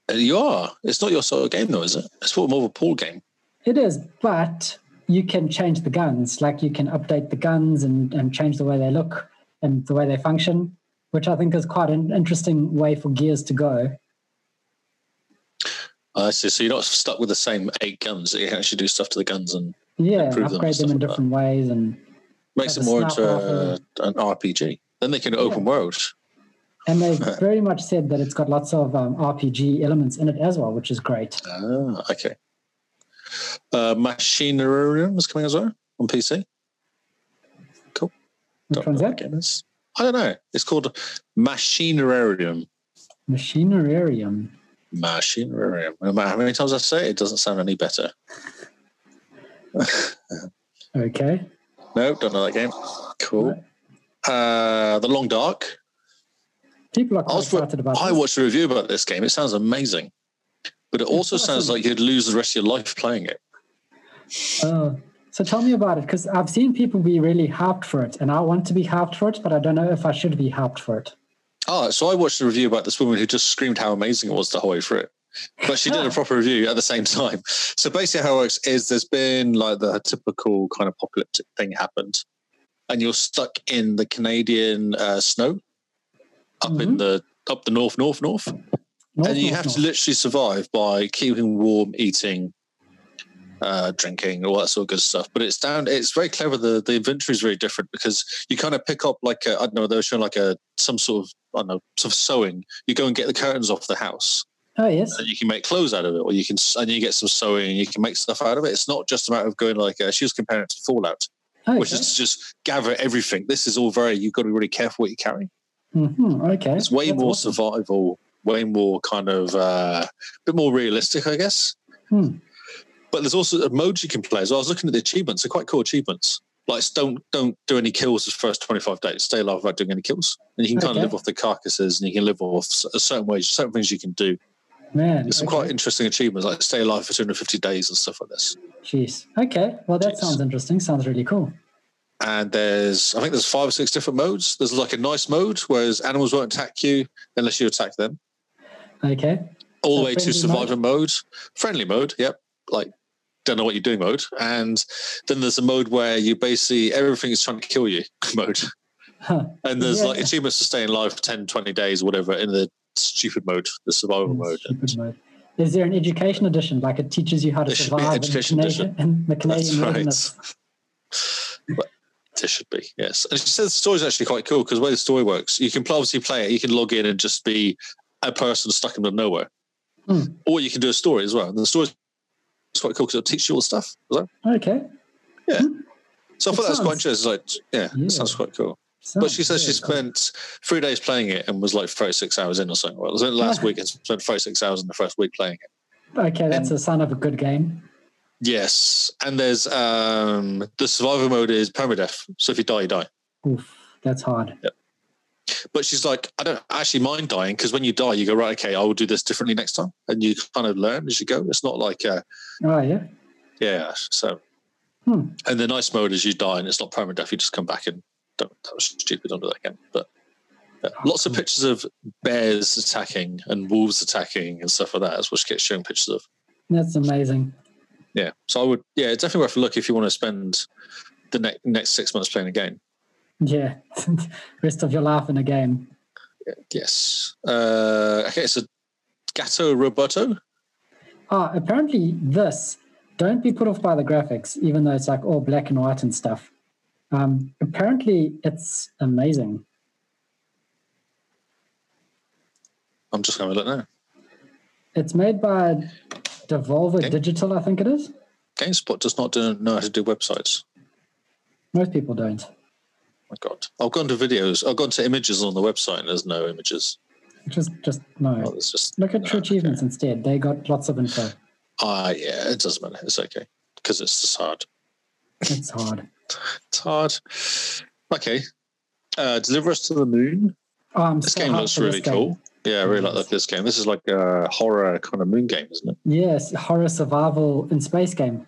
[SPEAKER 1] Uh, you are. It's not your sort of game, though, is it? It's more of a pool game.
[SPEAKER 2] It is, but you can change the guns. Like you can update the guns and, and change the way they look and the way they function, which I think is quite an interesting way for Gears to go.
[SPEAKER 1] I see. So you're not stuck with the same eight guns. You can actually do stuff to the guns and
[SPEAKER 2] Yeah,
[SPEAKER 1] Improve them and
[SPEAKER 2] upgrade them,
[SPEAKER 1] stuff
[SPEAKER 2] in
[SPEAKER 1] like that.
[SPEAKER 2] different ways and
[SPEAKER 1] makes
[SPEAKER 2] Have a
[SPEAKER 1] it more
[SPEAKER 2] snap
[SPEAKER 1] into
[SPEAKER 2] off
[SPEAKER 1] a,
[SPEAKER 2] and-
[SPEAKER 1] an RPG. Then they can open world.
[SPEAKER 2] And they very much said that it's got lots of um, RPG elements in it as well, which is great.
[SPEAKER 1] Ah, okay. Uh, Machinarium is coming as well on PC.
[SPEAKER 2] Which
[SPEAKER 1] Don't know
[SPEAKER 2] one's
[SPEAKER 1] what
[SPEAKER 2] that?
[SPEAKER 1] that game is. I don't know. It's called Machinarium.
[SPEAKER 2] Machinarium.
[SPEAKER 1] Machinarium. No matter how many times I say it, it doesn't sound any better.
[SPEAKER 2] Okay.
[SPEAKER 1] Nope, don't know that game. Cool. Uh, the Long Dark.
[SPEAKER 2] People are
[SPEAKER 1] I
[SPEAKER 2] quite
[SPEAKER 1] was-
[SPEAKER 2] excited about
[SPEAKER 1] I
[SPEAKER 2] this.
[SPEAKER 1] watched a review about this game. It sounds amazing, but it also
[SPEAKER 2] awesome.
[SPEAKER 1] sounds like you'd lose the rest of your life playing it.
[SPEAKER 2] Oh. so tell me about it, because I've seen people be really hyped for it, and I want to be hyped for it, but I don't know if I should be hyped for it.
[SPEAKER 1] Oh, so I watched a review about this woman who just screamed how amazing it was the whole way through it. But she did a proper review at the same time. So basically, how it works is there's been like the typical kind of apocalyptic thing happened, and you're stuck in the Canadian uh, snow up in
[SPEAKER 2] Mhm.
[SPEAKER 1] the up the north, north, north,
[SPEAKER 2] North,
[SPEAKER 1] and you
[SPEAKER 2] north,
[SPEAKER 1] have
[SPEAKER 2] north.
[SPEAKER 1] to literally survive by keeping warm, eating, uh, drinking, all that sort of good stuff. But it's down. It's very clever. The the inventory is very different because you kind of pick up like a, I don't know. They were showing like a some sort of I don't know sort of sewing. You go and get the curtains off the house,
[SPEAKER 2] Oh, yes.
[SPEAKER 1] and you can make clothes out of it, or you can s- and you get some sewing, and you can make stuff out of it. It's not just a matter of going like uh she was comparing it to Fallout,
[SPEAKER 2] Okay.
[SPEAKER 1] which is to just gather everything. This is all very. You've got to be really careful what you carry.
[SPEAKER 2] Mhm, okay.
[SPEAKER 1] It's way
[SPEAKER 2] That's
[SPEAKER 1] more
[SPEAKER 2] awesome.
[SPEAKER 1] survival, way more kind of uh, bit more realistic, I guess.
[SPEAKER 2] Hmm.
[SPEAKER 1] But there's also modes you can play as well. I was looking at the achievements; they're quite cool achievements. Like don't don't do any kills the first 25 days. Stay alive without doing any kills, and you can kind
[SPEAKER 2] Okay.
[SPEAKER 1] of live off the carcasses, and you can live off s- uh, certain ways, certain things you can do.
[SPEAKER 2] Man.
[SPEAKER 1] There's some
[SPEAKER 2] okay.
[SPEAKER 1] quite interesting achievements, like stay alive for 250 days and stuff like this.
[SPEAKER 2] Jeez. Okay. Well, that
[SPEAKER 1] Jeez.
[SPEAKER 2] sounds interesting. Sounds really cool.
[SPEAKER 1] And there's I think there's five or six different modes. There's like a nice mode, whereas animals won't attack you unless you attack them.
[SPEAKER 2] Okay.
[SPEAKER 1] all
[SPEAKER 2] So
[SPEAKER 1] the way to
[SPEAKER 2] friendly mode?
[SPEAKER 1] survivor mode. friendly mode. Yep, like don't know what you're doing mode, and then there's a mode where you basically everything is trying to kill you mode,
[SPEAKER 2] Huh.
[SPEAKER 1] and there's
[SPEAKER 2] Yeah.
[SPEAKER 1] like achievements to stay in life for 10, 20 days, whatever, in the stupid mode, the survival mode.
[SPEAKER 2] Stupid mode. Is there an education edition? Like it teaches you how to
[SPEAKER 1] There should be an
[SPEAKER 2] survive in the
[SPEAKER 1] education
[SPEAKER 2] Canadian, in the
[SPEAKER 1] That's
[SPEAKER 2] Canadian
[SPEAKER 1] right.
[SPEAKER 2] wilderness.
[SPEAKER 1] But There should be yes, and she said the story's actually quite cool because the way the story works, you can pl- obviously play it. You can log in and just be a person stuck in the middle of nowhere,
[SPEAKER 2] Hmm.
[SPEAKER 1] or you can do a story as well. And the story's quite cool because it'll teach you all the stuff. as well.
[SPEAKER 2] Okay.
[SPEAKER 1] So I
[SPEAKER 2] It
[SPEAKER 1] thought that was quite
[SPEAKER 2] sounds-
[SPEAKER 1] interesting. It's Like, yeah,
[SPEAKER 2] Yeah.
[SPEAKER 1] it sounds quite cool.
[SPEAKER 2] Sounds
[SPEAKER 1] But she says she
[SPEAKER 2] good.
[SPEAKER 1] spent three days playing it and was like 36 hours in or something. Well, it was last week and spent 36 hours in the first week playing it.
[SPEAKER 2] Okay, that's a sign of a good game.
[SPEAKER 1] Yes. And there's um, the survival mode is permadeath. So if you die, you die.
[SPEAKER 2] Oof, that's hard.
[SPEAKER 1] But she's like, I don't actually mind dying because when you die, you go, right, okay, I will do this differently next time. And you kind of learn as you go. It's not like, uh,
[SPEAKER 2] Oh yeah.
[SPEAKER 1] yeah. So,
[SPEAKER 2] Hmm.
[SPEAKER 1] and the nice mode is you die and it's not permadeath. You just come back and don't, that was stupid under that game. But yeah. lots of
[SPEAKER 2] Oh, cool.
[SPEAKER 1] pictures of bears attacking and wolves attacking and stuff like that. That's what she gets shown pictures of.
[SPEAKER 2] That's amazing.
[SPEAKER 1] Yeah. So I would, yeah, it's definitely worth a look if you want to spend the ne- next six months playing a game.
[SPEAKER 2] Yeah. Rest of your life in a game.
[SPEAKER 1] Yes. Uh, okay, so Gatto Roboto.
[SPEAKER 2] Ah, apparently this. Don't be put off by the graphics, even though it's like all black and white and stuff. Um, apparently it's amazing.
[SPEAKER 1] I'm just going to look now.
[SPEAKER 2] It's made by Devolver
[SPEAKER 1] Okay.
[SPEAKER 2] Digital, I think it is.
[SPEAKER 1] GameSpot does not do, know how to do websites.
[SPEAKER 2] Most people don't.
[SPEAKER 1] My God. I've gone to videos. I've gone to images on the website and there's no images.
[SPEAKER 2] Just, just no.
[SPEAKER 1] Oh, there's just.
[SPEAKER 2] Look at
[SPEAKER 1] no,
[SPEAKER 2] True
[SPEAKER 1] okay.
[SPEAKER 2] Achievements instead. They got lots of info.
[SPEAKER 1] Ah, yeah, it doesn't matter. It's okay. Because it's just hard.
[SPEAKER 2] It's hard.
[SPEAKER 1] It's hard. Okay. Uh, Deliver Us to the Moon.
[SPEAKER 2] Oh, I'm
[SPEAKER 1] This
[SPEAKER 2] so
[SPEAKER 1] game
[SPEAKER 2] hyped
[SPEAKER 1] looks
[SPEAKER 2] for this
[SPEAKER 1] really
[SPEAKER 2] game.
[SPEAKER 1] cool. Yeah, I really like
[SPEAKER 2] Yes.
[SPEAKER 1] this game. This is like a horror kind of moon game, isn't it?
[SPEAKER 2] Yes, horror survival in space game.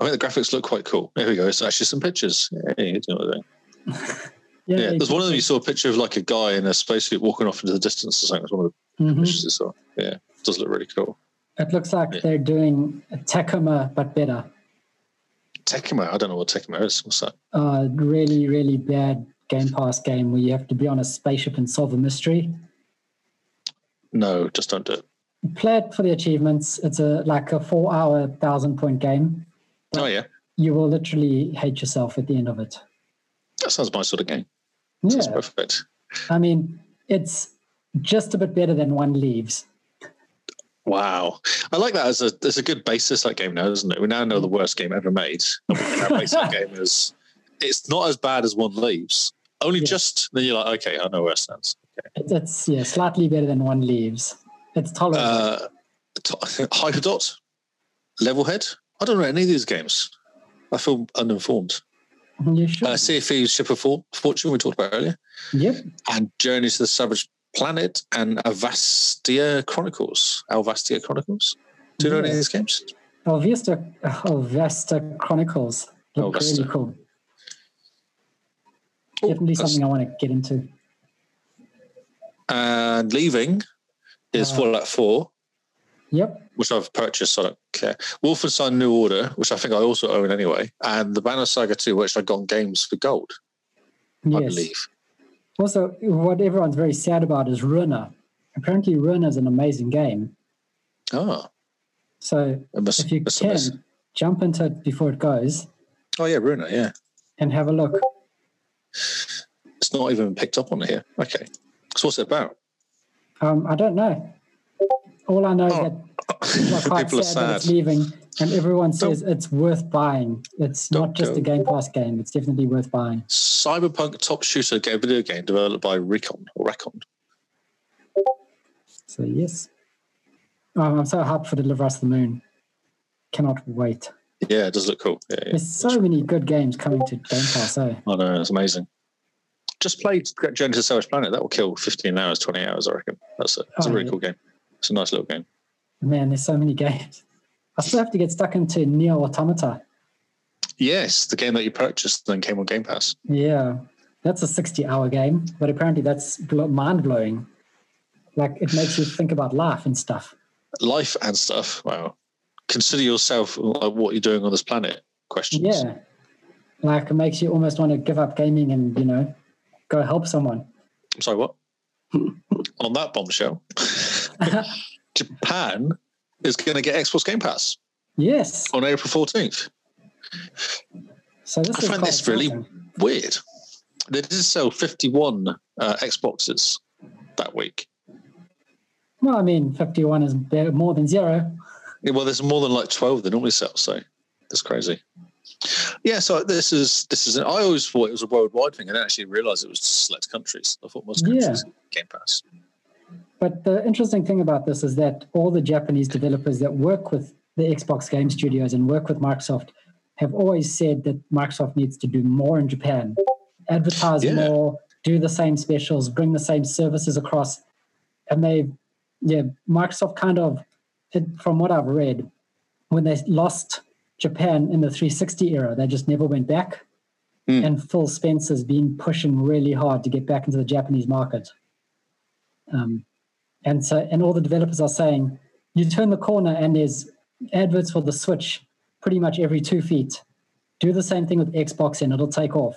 [SPEAKER 1] I think the graphics look quite cool. There we go. It's actually some pictures. Hey, you know what I mean?
[SPEAKER 2] Yeah,
[SPEAKER 1] Yeah,
[SPEAKER 2] they-
[SPEAKER 1] there's one of them you saw a picture of like a guy in a spacesuit walking off into the distance or something. That's one of the
[SPEAKER 2] Mhm.
[SPEAKER 1] pictures you saw. Yeah, it does look really cool.
[SPEAKER 2] It looks like
[SPEAKER 1] Yeah.
[SPEAKER 2] they're doing Tacoma, but better.
[SPEAKER 1] Tecmo, I don't know what Tecmo is. What's that?
[SPEAKER 2] Uh, really, really bad Game Pass game where you have to be on a spaceship and solve a mystery.
[SPEAKER 1] No, just don't do it.
[SPEAKER 2] Play it for the achievements. It's a like a four-hour thousand-point game.
[SPEAKER 1] Oh yeah,
[SPEAKER 2] You will literally hate yourself at the end of it.
[SPEAKER 1] that sounds my sort of game. That's
[SPEAKER 2] Yeah,
[SPEAKER 1] perfect.
[SPEAKER 2] I mean, it's just a bit better than One Leaves.
[SPEAKER 1] Wow, I like that as a as a good basis. That game now, isn't it? We now know the worst game ever made. And That basic game is it's not as bad as one leaves. Only
[SPEAKER 2] Yeah.
[SPEAKER 1] just then you're like, okay, I know where it stands.
[SPEAKER 2] It- It's yeah, slightly better than One Leaves. It's tolerable.
[SPEAKER 1] Uh, t- Hyperdot, Levelhead. I don't know any of these games. I feel uninformed.
[SPEAKER 2] you should.
[SPEAKER 1] uh, Sea of Thieves, Ship of For- Fortune, we talked about earlier,
[SPEAKER 2] yep.
[SPEAKER 1] and Journey to the Savage Planet and Avastia Chronicles. Alvastia Chronicles. Do you know any of
[SPEAKER 2] Yeah.
[SPEAKER 1] these games?
[SPEAKER 2] Alvesta, Alvesta Chronicles look
[SPEAKER 1] Alvesta.
[SPEAKER 2] really cool.
[SPEAKER 1] Oh,
[SPEAKER 2] Definitely
[SPEAKER 1] that's-
[SPEAKER 2] something I want to get into.
[SPEAKER 1] And Leaving is
[SPEAKER 2] Ah.
[SPEAKER 1] Fallout 4,
[SPEAKER 2] Yep.
[SPEAKER 1] which I've purchased, so I don't care. Wolfenstein New Order, which I think I also own anyway, and the Banner Saga 2, which I got on games for gold, I
[SPEAKER 2] Yes.
[SPEAKER 1] believe.
[SPEAKER 2] Also, what everyone's very sad about is Runner. Apparently, Runner is an amazing game.
[SPEAKER 1] Ah,
[SPEAKER 2] So
[SPEAKER 1] I must,
[SPEAKER 2] if you
[SPEAKER 1] must have
[SPEAKER 2] can,
[SPEAKER 1] missed.
[SPEAKER 2] jump into it before it goes
[SPEAKER 1] Oh, yeah, Ruiner, yeah.
[SPEAKER 2] and have a look.
[SPEAKER 1] It's not even picked up on here. Okay. So what's it about?
[SPEAKER 2] Um, I don't know. All I know
[SPEAKER 1] Oh,
[SPEAKER 2] is that people are quite
[SPEAKER 1] People are
[SPEAKER 2] sad, that it's
[SPEAKER 1] sad.
[SPEAKER 2] leaving, and everyone
[SPEAKER 1] Don't-
[SPEAKER 2] says it's worth buying. It's
[SPEAKER 1] Don't
[SPEAKER 2] not just
[SPEAKER 1] go.
[SPEAKER 2] a Game Pass game. It's definitely worth buying.
[SPEAKER 1] Cyberpunk top shooter game, video game developed by Recon or Recon.
[SPEAKER 2] So yes, um, I'm so hyped for Deliver Us the Moon. Cannot wait.
[SPEAKER 1] Yeah, it does look cool. Yeah, yeah.
[SPEAKER 2] There's so many good games coming to Game Pass. Eh?
[SPEAKER 1] I know, uh, it's amazing. Just play Journey to the Savage Planet. That will kill 15 hours, 20 hours, I reckon. That's it. It's a
[SPEAKER 2] Oh,
[SPEAKER 1] really
[SPEAKER 2] yeah.
[SPEAKER 1] cool game. It's a nice little game.
[SPEAKER 2] Man, there's so many games. I still have to get stuck into Neo Automata.
[SPEAKER 1] Yes, the game that you purchased then came on Game Pass.
[SPEAKER 2] Yeah, that's a 60-hour game, but apparently that's blo- mind-blowing. Like it makes you think about life and stuff.
[SPEAKER 1] Life and stuff. Wow. Consider yourself like what you're doing on this planet. Questions.
[SPEAKER 2] Yeah, like it makes you almost want to give up gaming and you know go help someone.
[SPEAKER 1] I'm sorry, what? on that bombshell, Japan is going to get Xbox Game Pass
[SPEAKER 2] yes.
[SPEAKER 1] on April 14th.
[SPEAKER 2] So this
[SPEAKER 1] I
[SPEAKER 2] is
[SPEAKER 1] find
[SPEAKER 2] quite
[SPEAKER 1] this really-
[SPEAKER 2] exciting.
[SPEAKER 1] weird. They did sell 51 uh, Xboxes that week.
[SPEAKER 2] Well, I mean, 51 is better, more than zero.
[SPEAKER 1] Yeah, well, there's more than like 12 they normally sell, so that's crazy. Yeah, so this is this is. An, I always thought it was a worldwide thing, and actually realised it was just select countries. I thought most countries Game Pass.
[SPEAKER 2] But the interesting thing about this is that all the Japanese developers that work with the Xbox game studios and work with Microsoft have always said that Microsoft needs to do more in Japan, advertise
[SPEAKER 1] Yeah.
[SPEAKER 2] more, do the same specials, bring the same services across. And they, yeah, Microsoft kind of, it, from what I've read, when they lost Japan in the 360 era, they just never went back.
[SPEAKER 1] Hmm.
[SPEAKER 2] And Phil Spencer's been pushing really hard to get back into the Japanese market. Um, and so, and all the developers are saying, you turn the corner and there's adverts for the Switch pretty much every two feet. Do the same thing with Xbox and it'll take off.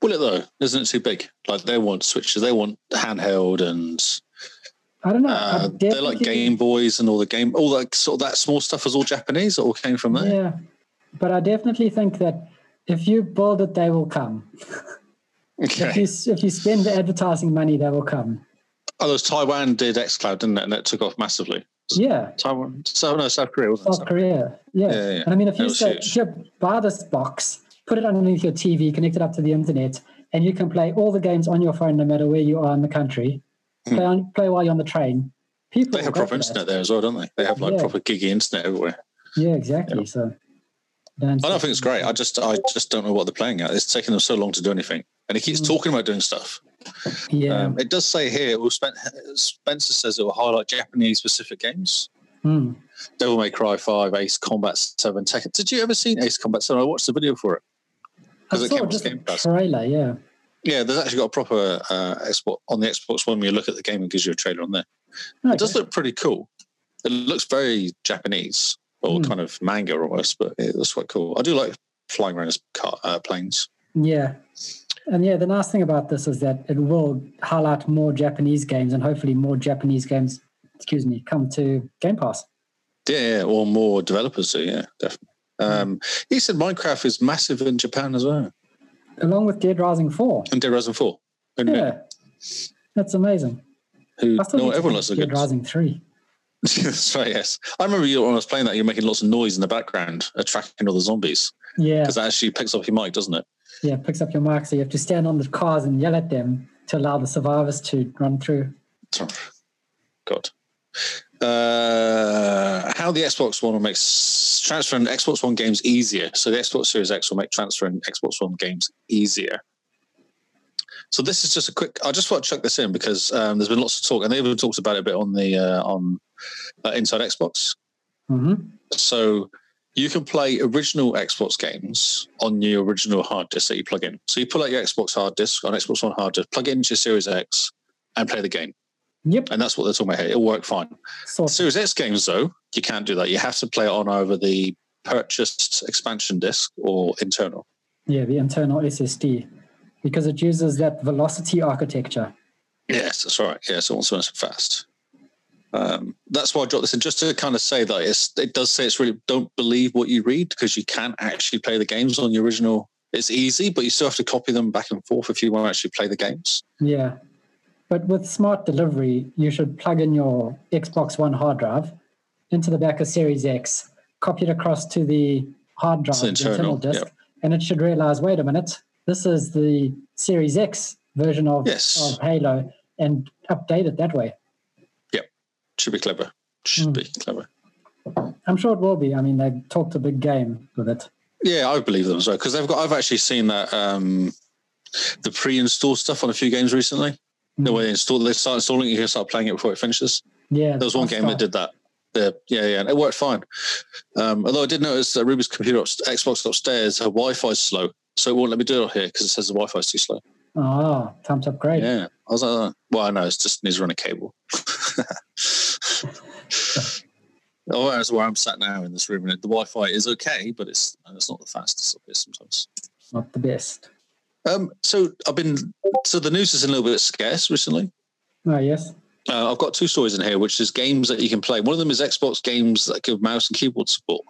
[SPEAKER 1] Will it though? Isn't it too big? Like they want switches, they want handheld, and
[SPEAKER 2] I don't know. I
[SPEAKER 1] uh, they like
[SPEAKER 2] definitely-
[SPEAKER 1] Game Boys and all the game, all that sort of that small stuff is all Japanese. It all came from there.
[SPEAKER 2] Yeah, but I definitely think that if you build it, they will come. If you,
[SPEAKER 1] Okay.
[SPEAKER 2] s- if you spend the advertising money, they will come.
[SPEAKER 1] Oh, those Taiwan did XCloud, didn't it? And it took off massively.
[SPEAKER 2] Yeah,
[SPEAKER 1] Taiwan, so no, South Korea wasn't it?
[SPEAKER 2] South Korea. Yeah.
[SPEAKER 1] Yeah, yeah.
[SPEAKER 2] and I mean, if
[SPEAKER 1] That
[SPEAKER 2] you
[SPEAKER 1] was
[SPEAKER 2] say
[SPEAKER 1] huge.
[SPEAKER 2] here, buy this box, put it underneath your TV, connect it up to the internet, and you can play all the games on your phone, no matter where you are in the country.
[SPEAKER 1] Hmm.
[SPEAKER 2] Play on, play while you're on the train. People
[SPEAKER 1] They have
[SPEAKER 2] will go
[SPEAKER 1] proper
[SPEAKER 2] for that.
[SPEAKER 1] internet there as well, don't they? They have like
[SPEAKER 2] Yeah.
[SPEAKER 1] proper giggy internet everywhere.
[SPEAKER 2] Yeah, exactly. So, don't
[SPEAKER 1] I don't think it's great. I just I just don't know what they're playing at. It's taking them so long to do anything, and he keeps
[SPEAKER 2] Mm.
[SPEAKER 1] talking about doing stuff.
[SPEAKER 2] yeah,
[SPEAKER 1] Um, it does say here. Well, Spen- Spencer says it will highlight Japanese specific games.
[SPEAKER 2] Mm.
[SPEAKER 1] Devil May Cry Five, Ace Combat Seven, Tekken. Did you ever seen Ace Combat Seven? I watched the video for it.
[SPEAKER 2] I
[SPEAKER 1] Because it
[SPEAKER 2] saw
[SPEAKER 1] came with
[SPEAKER 2] just a
[SPEAKER 1] Game Pass.
[SPEAKER 2] trailer. Yeah,
[SPEAKER 1] Yeah, there's actually got a proper uh, Xbox on the Xbox One. When you look at the game, it gives you a trailer on there. It does
[SPEAKER 2] Okay.
[SPEAKER 1] look pretty cool. It looks very Japanese or
[SPEAKER 2] Hmm.
[SPEAKER 1] kind of manga almost, but it looks quite cool. I do like flying around as car, uh, planes.
[SPEAKER 2] Yeah. And yeah, the nice thing about this is that it will highlight more Japanese games and hopefully more Japanese games, excuse me, come to Game Pass.
[SPEAKER 1] Yeah, yeah, or more developers do. Yeah, definitely. Um, he said Minecraft is massive in Japan as well,
[SPEAKER 2] Along with Dead Rising 4.
[SPEAKER 1] and Dead Rising Four. Who knew?
[SPEAKER 2] Yeah. That's amazing.
[SPEAKER 1] Who?
[SPEAKER 2] I still
[SPEAKER 1] No,
[SPEAKER 2] need to
[SPEAKER 1] everyone
[SPEAKER 2] play
[SPEAKER 1] likes a
[SPEAKER 2] Dead
[SPEAKER 1] good.
[SPEAKER 2] Rising 3.
[SPEAKER 1] That's right. Yes, I remember you when I was playing that. You're making lots of noise in the background, attracting all the zombies
[SPEAKER 2] Yeah.
[SPEAKER 1] because that actually picks up your mic, doesn't it?
[SPEAKER 2] Yeah, picks up your mic, so you have to stand on the cars and yell at them to allow the survivors to run through.
[SPEAKER 1] God. Uh, how the Xbox One will make s- transferring Xbox One games easier. So the Xbox Series X will make transferring Xbox One games easier. So this is just a quick. I just want to chuck this in because um, there's been lots of talk, and they've even talked about it a bit on the uh, on uh, Inside Xbox.
[SPEAKER 2] hmm
[SPEAKER 1] So you can play original Xbox games on your original hard disk that you plug in. So you pull out your Xbox hard disk on Xbox One hard disk, plug it into your Series X, and play the game.
[SPEAKER 2] Yep.
[SPEAKER 1] And that's what they're talking about here. It'll work fine.
[SPEAKER 2] Sort
[SPEAKER 1] Series X games, though, you can't do that. You have to play it on over the purchased expansion disc or internal.
[SPEAKER 2] yeah, the internal SSD because it uses that velocity architecture.
[SPEAKER 1] Yes, that's right. Yes, it wants to nice and fast. Um, that's why I dropped this in, just to kind of say that it's, it does say it's really don't believe what you read because you can't actually play the games on your original. It's easy, but you still have to copy them back and forth if you want to actually play the games.
[SPEAKER 2] Yeah. But with smart delivery, you should plug in your Xbox One hard drive into the back of Series X, copy it across to the hard drive,
[SPEAKER 1] It's
[SPEAKER 2] the
[SPEAKER 1] internal,
[SPEAKER 2] internal disk, and it should realize wait a minute, this is the Series X version of,
[SPEAKER 1] Yes.
[SPEAKER 2] of Halo and update it that way.
[SPEAKER 1] Should be clever. Should
[SPEAKER 2] Hmm.
[SPEAKER 1] be clever.
[SPEAKER 2] I'm sure it will be. I mean, they talked a big game with it.
[SPEAKER 1] Yeah, I believe them as well because they've got. I've actually seen that um, the pre-install stuff on a few games recently. The way they install, they start installing, it, you can start playing it before it finishes.
[SPEAKER 2] Yeah.
[SPEAKER 1] There was one
[SPEAKER 2] I'll
[SPEAKER 1] game
[SPEAKER 2] start-
[SPEAKER 1] that did that. The, yeah, yeah, and it worked fine. Um, although I did notice that Ruby's computer, up, Xbox upstairs, her Wi-Fi's slow, so it won't let me do it here because it says the Wi-Fi's too slow.
[SPEAKER 2] Ah, time to upgrade.
[SPEAKER 1] Yeah, I was like, oh. well, I know it's just needs to run a cable. oh, that's where I'm sat now in this room, and the Wi-Fi is okay, but it's it's not the fastest up here sometimes.
[SPEAKER 2] Not the best.
[SPEAKER 1] Um, so I've been so the news is a little bit scarce recently.
[SPEAKER 2] Oh, yes.
[SPEAKER 1] Uh, I've got two stories in here, which is games that you can play. One of them is Xbox games that give mouse and keyboard support.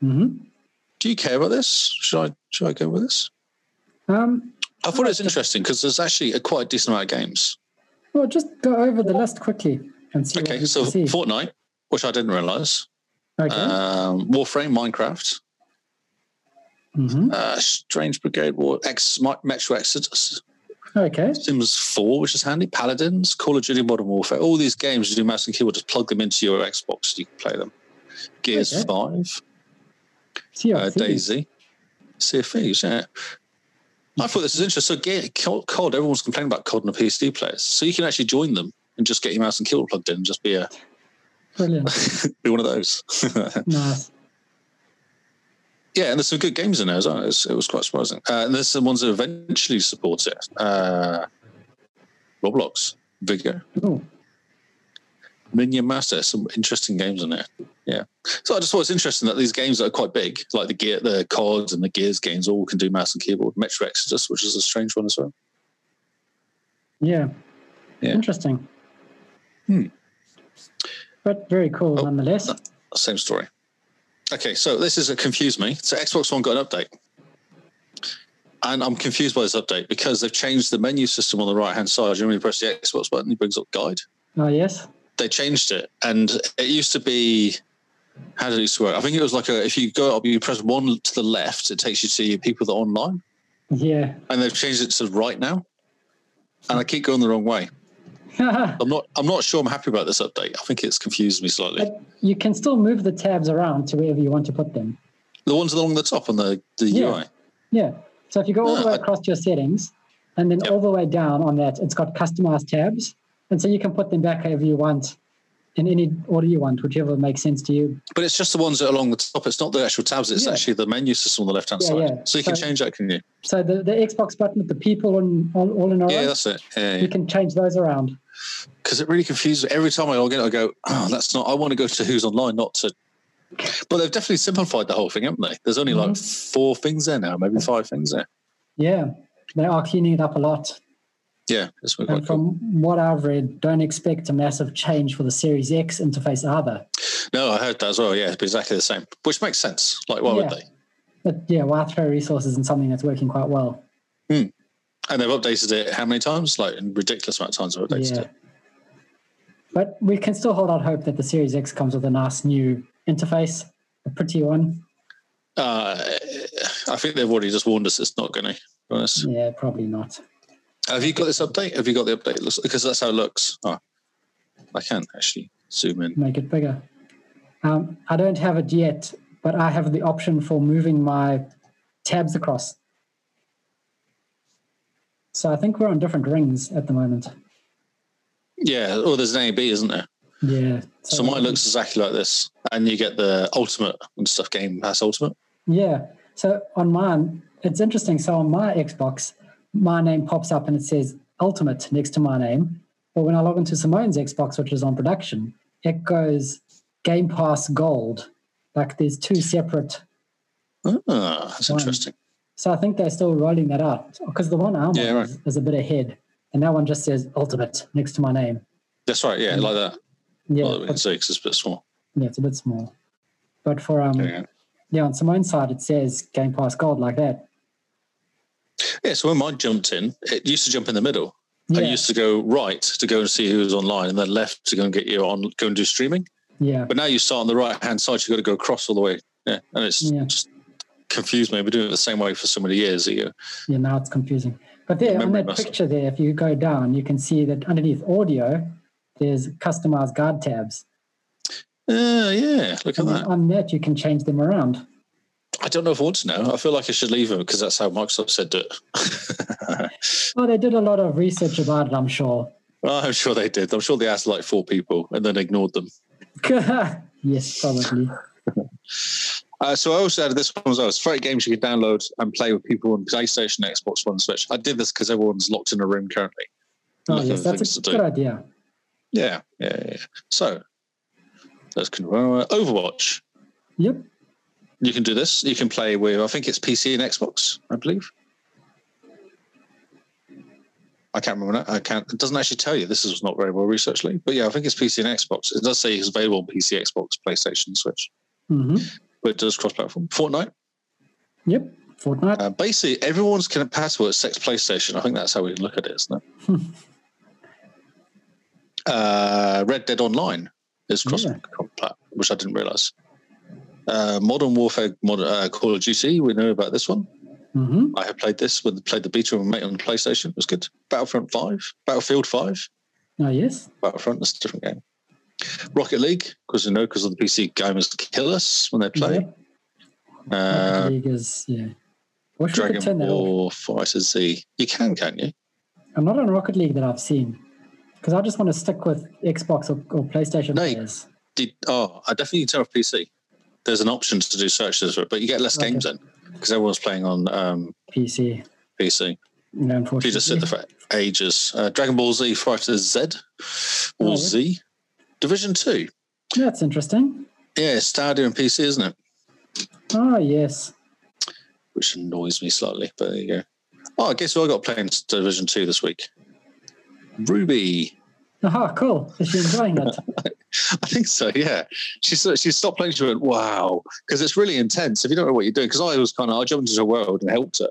[SPEAKER 2] hmm
[SPEAKER 1] Do you care about this? Should I should I go with this?
[SPEAKER 2] Um,
[SPEAKER 1] I thought it was interesting because there's actually a quite decent amount of games.
[SPEAKER 2] well, just go over the list quickly and see what
[SPEAKER 1] Okay,
[SPEAKER 2] you
[SPEAKER 1] so
[SPEAKER 2] can see.
[SPEAKER 1] Fortnite, which I didn't realize,
[SPEAKER 2] okay.
[SPEAKER 1] um, Warframe, Minecraft,
[SPEAKER 2] hmm
[SPEAKER 1] Uh, Strange Brigade War, Ex- Metro Exodus,
[SPEAKER 2] Okay.
[SPEAKER 1] Sims 4, which is handy, Paladins, Call of Duty Modern Warfare. All these games you do mouse and keyboard, just plug them into your Xbox and you can play them. Gears
[SPEAKER 2] Okay.
[SPEAKER 1] 5,
[SPEAKER 2] Sea of
[SPEAKER 1] uh,
[SPEAKER 2] Thieves.
[SPEAKER 1] Daisy, Sea of Thieves, yeah. I thought this was interesting. So, Gear, Co- COD, everyone's complaining about COD and the PSD players. So, you can actually join them and just get your mouse and keyboard plugged in and just be, a,
[SPEAKER 2] Brilliant.
[SPEAKER 1] be one of those.
[SPEAKER 2] nice.
[SPEAKER 1] Yeah, and there's some good games in there as well. It was, it was quite surprising. Uh, and there's some ones that eventually support it. Uh, Roblox, Vigor,
[SPEAKER 2] Ooh.
[SPEAKER 1] Minion Master, some interesting games in there. Yeah. So I just thought it's interesting that these games that are quite big, like the gear, the cards and the Gears games, all can do mouse and keyboard. Metro Exodus, which is a strange one as well.
[SPEAKER 2] Yeah.
[SPEAKER 1] Yeah.
[SPEAKER 2] Interesting.
[SPEAKER 1] Hmm.
[SPEAKER 2] But very cool
[SPEAKER 1] Oh,
[SPEAKER 2] nonetheless.
[SPEAKER 1] no. Same story. Okay, so this is a confuse me. So Xbox One got an update. And I'm confused by this update because they've changed the menu system on the right hand side. You know, when you press the Xbox button, it brings up guide.
[SPEAKER 2] Oh yes.
[SPEAKER 1] they changed it, and it used to be how did it used to work? I think it was like a, if you go up, you press one to the left, it takes you to your people that are online,
[SPEAKER 2] Yeah.
[SPEAKER 1] and they've changed it to right now. And I keep going the wrong way. I'm not. I'm not sure. I'm happy about this update. I think it's confused me slightly.
[SPEAKER 2] But you can still move the tabs around to wherever you want to put them.
[SPEAKER 1] The ones along the top on the the
[SPEAKER 2] Yeah.
[SPEAKER 1] UI.
[SPEAKER 2] Yeah. So if you go all the
[SPEAKER 1] Ah,
[SPEAKER 2] way
[SPEAKER 1] I-
[SPEAKER 2] across to your settings and then
[SPEAKER 1] Yep.
[SPEAKER 2] all the way down on that, it's got customized tabs. And so you can put them back however you want in any order you want, whichever makes sense to you.
[SPEAKER 1] But it's just the ones that are along the top. It's not the actual tabs. It's
[SPEAKER 2] Yeah.
[SPEAKER 1] actually the menu system on the left hand
[SPEAKER 2] Yeah,
[SPEAKER 1] side.
[SPEAKER 2] yeah.
[SPEAKER 1] So you can
[SPEAKER 2] So-
[SPEAKER 1] change that, can you?
[SPEAKER 2] So the, the Xbox button with the people on all, all in a row,
[SPEAKER 1] Yeah, that's it. Yeah, yeah.
[SPEAKER 2] you can change those around.
[SPEAKER 1] because it really confuses me. Every time I log in, I go, oh, that's not, I want to go to who's online, not to. But they've definitely simplified the whole thing, haven't they? There's only like
[SPEAKER 2] Mm-hmm.
[SPEAKER 1] four things there now, maybe five things there.
[SPEAKER 2] Yeah. They are cleaning it up a lot.
[SPEAKER 1] Yeah, it's been quite
[SPEAKER 2] And
[SPEAKER 1] cool.
[SPEAKER 2] from what I've read, don't expect a massive change for the Series X interface either.
[SPEAKER 1] No, I heard that as well. Yeah, it'd be exactly the same, which makes sense. Like, why would
[SPEAKER 2] Yeah.
[SPEAKER 1] they?
[SPEAKER 2] But yeah, why throw resources in something that's working quite well?
[SPEAKER 1] And they've updated it how many times? Like, a ridiculous amount of times they've updated
[SPEAKER 2] Yeah.
[SPEAKER 1] it.
[SPEAKER 2] But we can still hold out hope that the Series X comes with a nice new interface, a pretty one.
[SPEAKER 1] Uh, I think they've already just warned us it's not going to. Honest.
[SPEAKER 2] Yeah, probably not.
[SPEAKER 1] Have you got this update? Have you got the update? It looks because that's how it looks. Oh, I can actually zoom in.
[SPEAKER 2] Make it bigger. Um, I don't have it yet, but I have the option for moving my tabs across. So I think we're on different rings at the moment.
[SPEAKER 1] Yeah. Oh, there's an AB, isn't there?
[SPEAKER 2] Yeah.
[SPEAKER 1] So mine looks exactly like this, and you get the ultimate and stuff. Game Pass Ultimate.
[SPEAKER 2] Yeah. So on mine, it's interesting. So on my Xbox, my name pops up and it says Ultimate next to my name. But when I log into Simone's Xbox, which is on production, it goes Game Pass Gold. Like there's two separate.
[SPEAKER 1] Ah, that's
[SPEAKER 2] One.
[SPEAKER 1] interesting.
[SPEAKER 2] So I think they're still rolling that out because the one I'm
[SPEAKER 1] Yeah,
[SPEAKER 2] on
[SPEAKER 1] right.
[SPEAKER 2] is, is a bit ahead, and that one just says Ultimate next to my name.
[SPEAKER 1] That's right. Yeah, like that.
[SPEAKER 2] Yeah,
[SPEAKER 1] Not that we can
[SPEAKER 2] but-
[SPEAKER 1] see 'cause it's a bit small.
[SPEAKER 2] yeah, it's a bit small. But for um,
[SPEAKER 1] There you go.
[SPEAKER 2] yeah, on Simone's side, it says Game Pass Gold like that.
[SPEAKER 1] Yeah. So when mine jumped in, it used to jump in the middle.
[SPEAKER 2] Yeah,
[SPEAKER 1] I used to go right to go and see who was online, and then left to go and get you on, go and do streaming.
[SPEAKER 2] yeah,
[SPEAKER 1] But now you start on the right hand side. You've got to go across all the way. Yeah, and it's
[SPEAKER 2] Yeah.
[SPEAKER 1] just confused me. I've been doing it the same way for so many years. You go,
[SPEAKER 2] Yeah, now it's confusing. But there, on
[SPEAKER 1] memory
[SPEAKER 2] that
[SPEAKER 1] muscle.
[SPEAKER 2] picture there, if you go down, you can see that underneath audio, there's customized guard tabs.
[SPEAKER 1] yeah, "Oh, yeah, look at
[SPEAKER 2] And
[SPEAKER 1] that.
[SPEAKER 2] then on that, you can change them around.
[SPEAKER 1] I don't know if I want to know. I feel like I should leave it because that's how Microsoft said do it.
[SPEAKER 2] Well, Oh, they did a lot of research about it, I'm sure.
[SPEAKER 1] Well, I'm sure they did. I'm sure they asked like four people and then ignored them.
[SPEAKER 2] yes, probably.
[SPEAKER 1] Uh, so I also added this one as well. It's 30 games you can download and play with people on PlayStation, Xbox One, Switch. I did this because everyone's locked in a room currently.
[SPEAKER 2] Oh,
[SPEAKER 1] Looking
[SPEAKER 2] yes,
[SPEAKER 1] for
[SPEAKER 2] that's
[SPEAKER 1] things
[SPEAKER 2] a
[SPEAKER 1] to
[SPEAKER 2] good
[SPEAKER 1] do.
[SPEAKER 2] idea.
[SPEAKER 1] Yeah, yeah, yeah. yeah. So let's continue. Uh, Overwatch.
[SPEAKER 2] Yep.
[SPEAKER 1] You can do this. You can play with. I think it's PC and Xbox. I believe. I can't remember. now. I can't. It doesn't actually tell you. This is not very well researched, Lee. but yeah, I think it's PC and Xbox. It does say it's available on PC, Xbox, PlayStation, Switch,
[SPEAKER 2] hmm
[SPEAKER 1] but it does cross-platform. Fortnite.
[SPEAKER 2] Yep. Fortnite.
[SPEAKER 1] Uh, basically, everyone's compatible except PlayStation. I think that's how we can look at it, isn't it? uh, Red Dead Online is cross
[SPEAKER 2] Yeah.
[SPEAKER 1] plat, which I didn't realize. Uh, Modern Warfare, modern, uh, Call of Duty. We know about this one.
[SPEAKER 2] hmm
[SPEAKER 1] I have played this with played the beta with my mate on PlayStation. It was good. Battlefront Five, Battlefield Five,
[SPEAKER 2] Oh, yes.
[SPEAKER 1] Battlefront. That's a different game. Rocket League, because we know because of the PC gamers kill us when they play.
[SPEAKER 2] Yep. Rocket
[SPEAKER 1] Uh,
[SPEAKER 2] League is, yeah. I wish we could
[SPEAKER 1] Dragon
[SPEAKER 2] turn that off.
[SPEAKER 1] Ball Fighter Z. You can, can you?
[SPEAKER 2] I'm not on Rocket League that I've seen because I just want to stick with Xbox or, or PlayStation
[SPEAKER 1] No, you-
[SPEAKER 2] players.
[SPEAKER 1] Did oh, I definitely turn off PC. There's an option to do searches for it, but you get less
[SPEAKER 2] Okay.
[SPEAKER 1] games in because everyone's playing on um,
[SPEAKER 2] PC.
[SPEAKER 1] PC.
[SPEAKER 2] No,
[SPEAKER 1] If
[SPEAKER 2] unfortunately.
[SPEAKER 1] you just sit there for ages. Uh, Dragon Ball Z Fighter Z
[SPEAKER 2] Oh,
[SPEAKER 1] or
[SPEAKER 2] really?
[SPEAKER 1] Z Division Two.
[SPEAKER 2] That's interesting.
[SPEAKER 1] Yeah, it's Stadia and PC, isn't it?
[SPEAKER 2] Oh, yes.
[SPEAKER 1] Which annoys me slightly, but there you go. Oh, I guess who I got playing Division Two this week. Ruby.
[SPEAKER 2] Aha, cool. Is she enjoying it?
[SPEAKER 1] I think so. Yeah, she sort- she stopped playing. She went, "Wow," because it's really intense. If you don't know what you're doing, because I was kind of I jumped into her world and helped her,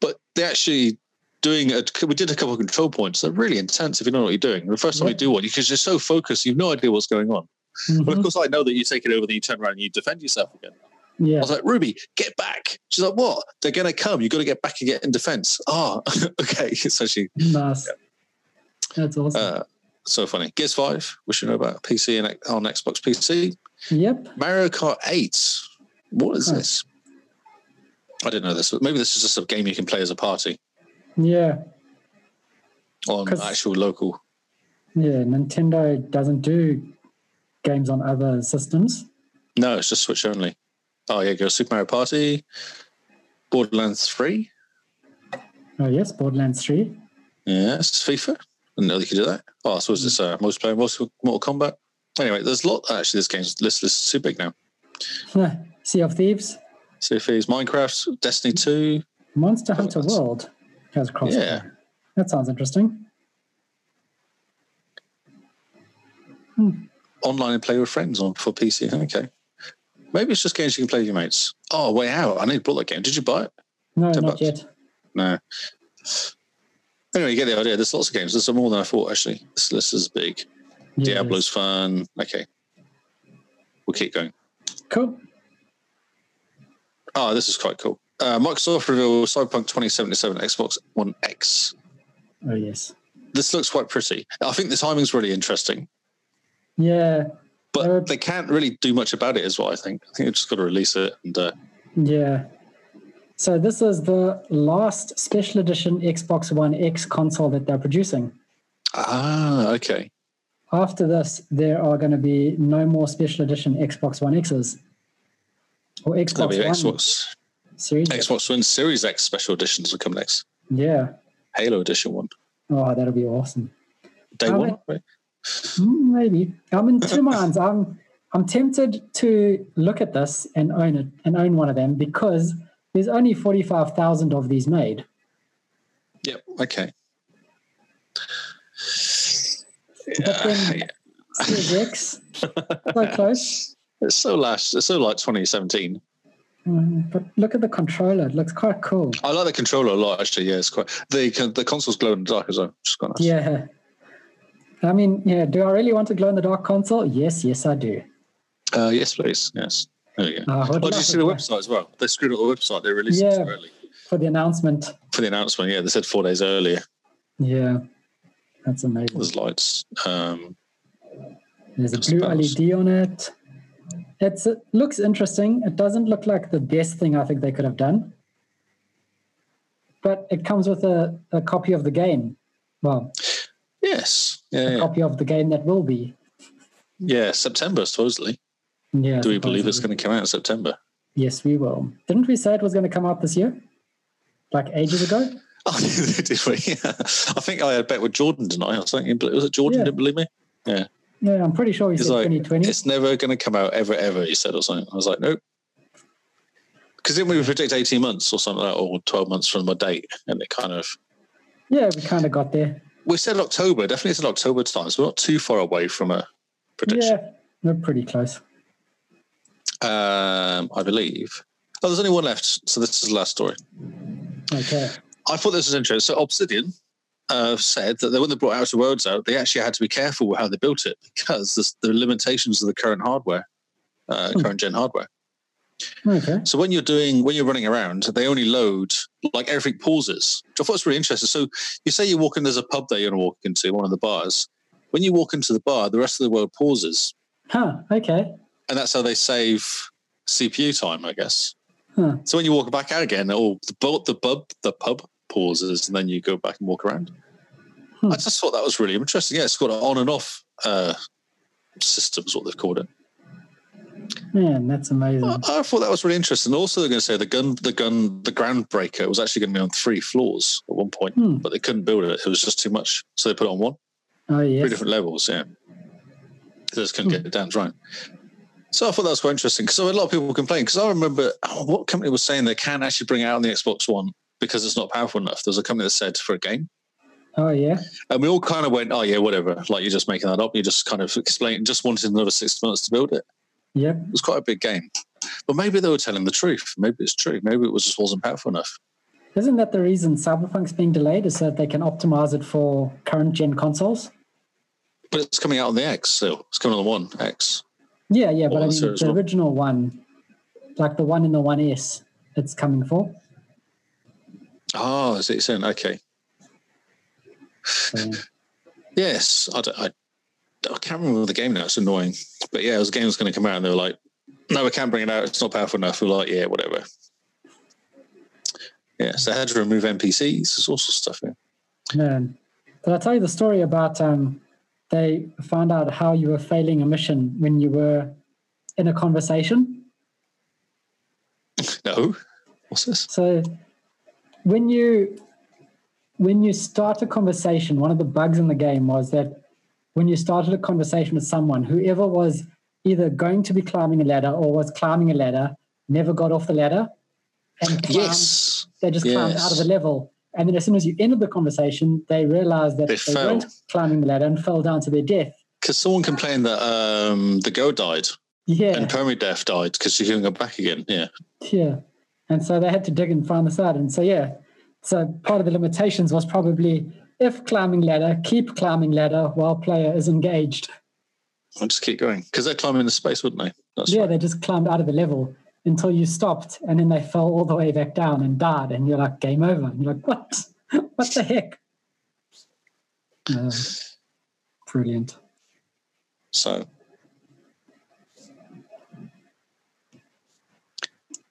[SPEAKER 1] but they actually doing a, we did a couple of control points. They're really intense if you don't know what you're doing. The first time
[SPEAKER 2] Yeah.
[SPEAKER 1] you do one, because you're so focused, you've no idea what's going on. But
[SPEAKER 2] Mhm.
[SPEAKER 1] of course, I know that you take it over, then you turn around and you defend yourself again.
[SPEAKER 2] Yeah.
[SPEAKER 1] I was like, Ruby, get back. She's like, what? They're going to come. You've got to get back and get in defense. Ah, okay. So she
[SPEAKER 2] Nice. That's awesome.
[SPEAKER 1] uh, so funny. Gears Five, which you know about PC and on Xbox PC.
[SPEAKER 2] yep.
[SPEAKER 1] Mario Kart 8. What is
[SPEAKER 2] Huh.
[SPEAKER 1] this? I didn't know this. Maybe this is just a game you can play as a party
[SPEAKER 2] Yeah.
[SPEAKER 1] on
[SPEAKER 2] 'Cause-
[SPEAKER 1] actual local.
[SPEAKER 2] Yeah. Nintendo doesn't do games on other systems.
[SPEAKER 1] No, it's just Switch only. Oh, yeah, go Super Mario Party, Borderlands 3.
[SPEAKER 2] Oh, yes. Borderlands 3.
[SPEAKER 1] Yes, FIFA. I didn't know they could do that. Oh, I suppose it's uh, multiplayer, multi- Mortal Kombat. Anyway, there's a lot. Actually, this game's list list is too big now.
[SPEAKER 2] sea of Thieves.
[SPEAKER 1] So if it's Minecraft, Destiny 2,
[SPEAKER 2] Monster Hunter
[SPEAKER 1] that's-
[SPEAKER 2] World has crossed.
[SPEAKER 1] Yeah.
[SPEAKER 2] over. That sounds interesting.
[SPEAKER 1] online and play with friends on for PC. Okay. Maybe it's just games you can play with your mates. Oh, Way Out. I need to bought that game. Did you buy it?
[SPEAKER 2] No,
[SPEAKER 1] Ten
[SPEAKER 2] not
[SPEAKER 1] bucks.
[SPEAKER 2] yet.
[SPEAKER 1] No. Anyway, you get the idea. There's lots of games. There's more than I thought, actually. This list is big.
[SPEAKER 2] Yeah,
[SPEAKER 1] Diablo's fun. Okay. We'll keep going.
[SPEAKER 2] Cool.
[SPEAKER 1] Oh, this is quite cool. Uh, Microsoft revealed Cyberpunk 2077 Xbox One X.
[SPEAKER 2] Oh, yes.
[SPEAKER 1] This looks quite pretty. I think the timing's really interesting,
[SPEAKER 2] Yeah.
[SPEAKER 1] but
[SPEAKER 2] Uh,
[SPEAKER 1] they can't really do much about it, is what I think. I think they've just got to release it. And uh,
[SPEAKER 2] Yeah. So this is the last special edition Xbox One X console that they're producing.
[SPEAKER 1] ah, okay,
[SPEAKER 2] After this, there are going to be no more special edition Xbox One X's or
[SPEAKER 1] that'll
[SPEAKER 2] Xbox
[SPEAKER 1] be
[SPEAKER 2] One
[SPEAKER 1] Xbox
[SPEAKER 2] series.
[SPEAKER 1] Xbox One Series X special editions will come next.
[SPEAKER 2] Yeah.
[SPEAKER 1] Halo edition one,
[SPEAKER 2] Oh, that'll be awesome.
[SPEAKER 1] day
[SPEAKER 2] How
[SPEAKER 1] one.
[SPEAKER 2] many-
[SPEAKER 1] Right?
[SPEAKER 2] Mm, maybe I'm in two minds. I'm I'm tempted to look at this and own it and own one of them because there's only forty five thousand of these made.
[SPEAKER 1] Yep. Okay. Uh,
[SPEAKER 2] But then Series X, so close.
[SPEAKER 1] It's so last. It's so like 2017.
[SPEAKER 2] Mm, But look at the controller; it looks quite cool.
[SPEAKER 1] I like the controller a lot. Actually, yeah, it's quite the con- the console's glow in the dark as well. Just quite nice.
[SPEAKER 2] Yeah. I mean, yeah. Do I really want to glow in the dark console? Yes, yes, I do.
[SPEAKER 1] Uh, yes, please. Yes. There you go.
[SPEAKER 2] I would
[SPEAKER 1] Oh, did
[SPEAKER 2] love
[SPEAKER 1] you see
[SPEAKER 2] it
[SPEAKER 1] the website as well? They screwed up the website. They released it
[SPEAKER 2] Yeah.
[SPEAKER 1] too early
[SPEAKER 2] for the announcement.
[SPEAKER 1] for the announcement. Yeah, they said four days earlier.
[SPEAKER 2] Yeah, that's amazing.
[SPEAKER 1] There's lights. Um,
[SPEAKER 2] There's a
[SPEAKER 1] Just
[SPEAKER 2] blue
[SPEAKER 1] bounce.
[SPEAKER 2] LED on it. It's, it looks interesting. It doesn't look like the best thing I think they could have done. But it comes with a, a copy of the game. Well,
[SPEAKER 1] yes. Yeah. Yeah.
[SPEAKER 2] copy of the game that will be.
[SPEAKER 1] yeah September supposedly.
[SPEAKER 2] Yeah.
[SPEAKER 1] Do we believe it's
[SPEAKER 2] to?
[SPEAKER 1] going to come out in September?
[SPEAKER 2] Yes, we will. Didn't we say it was going to come out this year? Like ages ago?
[SPEAKER 1] Oh, did we? Yeah. I think I had a bet with Jordan tonight. or something. was it Jordan
[SPEAKER 2] Yeah.
[SPEAKER 1] didn't believe me?
[SPEAKER 2] Yeah, I'm pretty sure we
[SPEAKER 1] He's
[SPEAKER 2] said
[SPEAKER 1] like,
[SPEAKER 2] 2020.
[SPEAKER 1] It's never going to come out ever, ever. He said or something. I was like, nope. Because didn't we predict eighteen months or something like that, or twelve months from the date? And it kind of
[SPEAKER 2] Yeah, we kind of got there.
[SPEAKER 1] we said October. Definitely said October time. So we're not too far away from a prediction.
[SPEAKER 2] Yeah, we're pretty close.
[SPEAKER 1] Um, I believe. Oh, there's only one left. So this is the last story.
[SPEAKER 2] Okay.
[SPEAKER 1] I thought this was interesting. So Obsidian uh, said that when they brought Outer Worlds out, they actually had to be careful with how they built it because the, the limitations of the current hardware, uh,
[SPEAKER 2] Hmm.
[SPEAKER 1] current gen hardware.
[SPEAKER 2] Okay.
[SPEAKER 1] So when you're doing when you're running around, they only load like everything pauses. Which I thought was really interesting. So you say you walk in, there's a pub that you're gonna walk into, one of the bars. When you walk into the bar, the rest of the world pauses,
[SPEAKER 2] Huh. Okay.
[SPEAKER 1] and that's how they save CPU time, I guess.
[SPEAKER 2] Huh.
[SPEAKER 1] So when you walk back out again, or the bu- the pub the pub pauses, and then you go back and walk around.
[SPEAKER 2] Hmm.
[SPEAKER 1] I just thought that was really interesting. Yeah, it's got an on and off uh, systems, what they've called it.
[SPEAKER 2] Man, that's
[SPEAKER 1] I
[SPEAKER 2] amazing.
[SPEAKER 1] I thought that was really interesting. Also, they're going to say the gun, the gun, the groundbreaker was actually going to be on three floors at one point,
[SPEAKER 2] Hmm.
[SPEAKER 1] but they couldn't build it. It was just too much, so they put it on one,
[SPEAKER 2] Oh
[SPEAKER 1] three
[SPEAKER 2] yes. Hmm.
[SPEAKER 1] different levels. Yeah, they just couldn't get it down right. So I thought that was quite interesting because I had a lot of people complain because I remember oh, what company was saying they can't actually bring it out on the Xbox One because it's not powerful enough. There was a company that said for a game,
[SPEAKER 2] Oh yeah.
[SPEAKER 1] and we all kind of went, "Oh yeah, whatever." Like you're just making that up. You just kind of explain, just wanted another six months to build it.
[SPEAKER 2] Yep.
[SPEAKER 1] It was quite a big game. But maybe they were telling the truth. Maybe it's true. Maybe it was just wasn't powerful enough.
[SPEAKER 2] Isn't that the reason Cyberpunk's being delayed is so that they can optimize it for current gen consoles?
[SPEAKER 1] But it's coming out on the X, so it's coming on the One X.
[SPEAKER 2] Yeah, yeah, but
[SPEAKER 1] Well,
[SPEAKER 2] I
[SPEAKER 1] the
[SPEAKER 2] mean
[SPEAKER 1] Series
[SPEAKER 2] the
[SPEAKER 1] one.
[SPEAKER 2] original one, like the one in the one S, it's coming for.
[SPEAKER 1] Oh, is it saying okay?
[SPEAKER 2] So,
[SPEAKER 1] Yes, I, don't, I, I can't remember the game now. It's annoying, but yeah, it was a game that's going to come out, and they were like, "No, we can't bring it out. It's not powerful enough." We We're like, "Yeah, whatever." Yeah, so they had to remove NPCs. There's all sorts of stuff. Yeah.
[SPEAKER 2] man, did I tell you the story about um, they found out how you were failing a mission when you were in a conversation?
[SPEAKER 1] No, what's this?
[SPEAKER 2] So when you when you start a conversation, one of the bugs in the game was that when you started a conversation with someone, whoever was either going to be climbing a ladder or was climbing a ladder never got off the ladder and climbed,
[SPEAKER 1] Yes,
[SPEAKER 2] they just climbed out of
[SPEAKER 1] yes.
[SPEAKER 2] the level. And then as soon as you ended the conversation, they realized that
[SPEAKER 1] They
[SPEAKER 2] they,
[SPEAKER 1] fell.
[SPEAKER 2] weren't climbing the ladder and fell down to their death.
[SPEAKER 1] because someone complained that um, the girl died
[SPEAKER 2] Yeah.
[SPEAKER 1] and permadeath died because she couldn't go back again. Yeah.
[SPEAKER 2] Yeah. And so they had to dig and find this out. And so, yeah, so part of the limitations was probably if climbing ladder, keep climbing ladder while player is engaged.
[SPEAKER 1] I'll just keep going because they're climbing the space, wouldn't they? That's
[SPEAKER 2] yeah,
[SPEAKER 1] right.
[SPEAKER 2] they just climbed out of the level until you stopped and then they fell all the way back down and died. And you're like, game over. And you're like, what? what the heck? Uh, brilliant.
[SPEAKER 1] So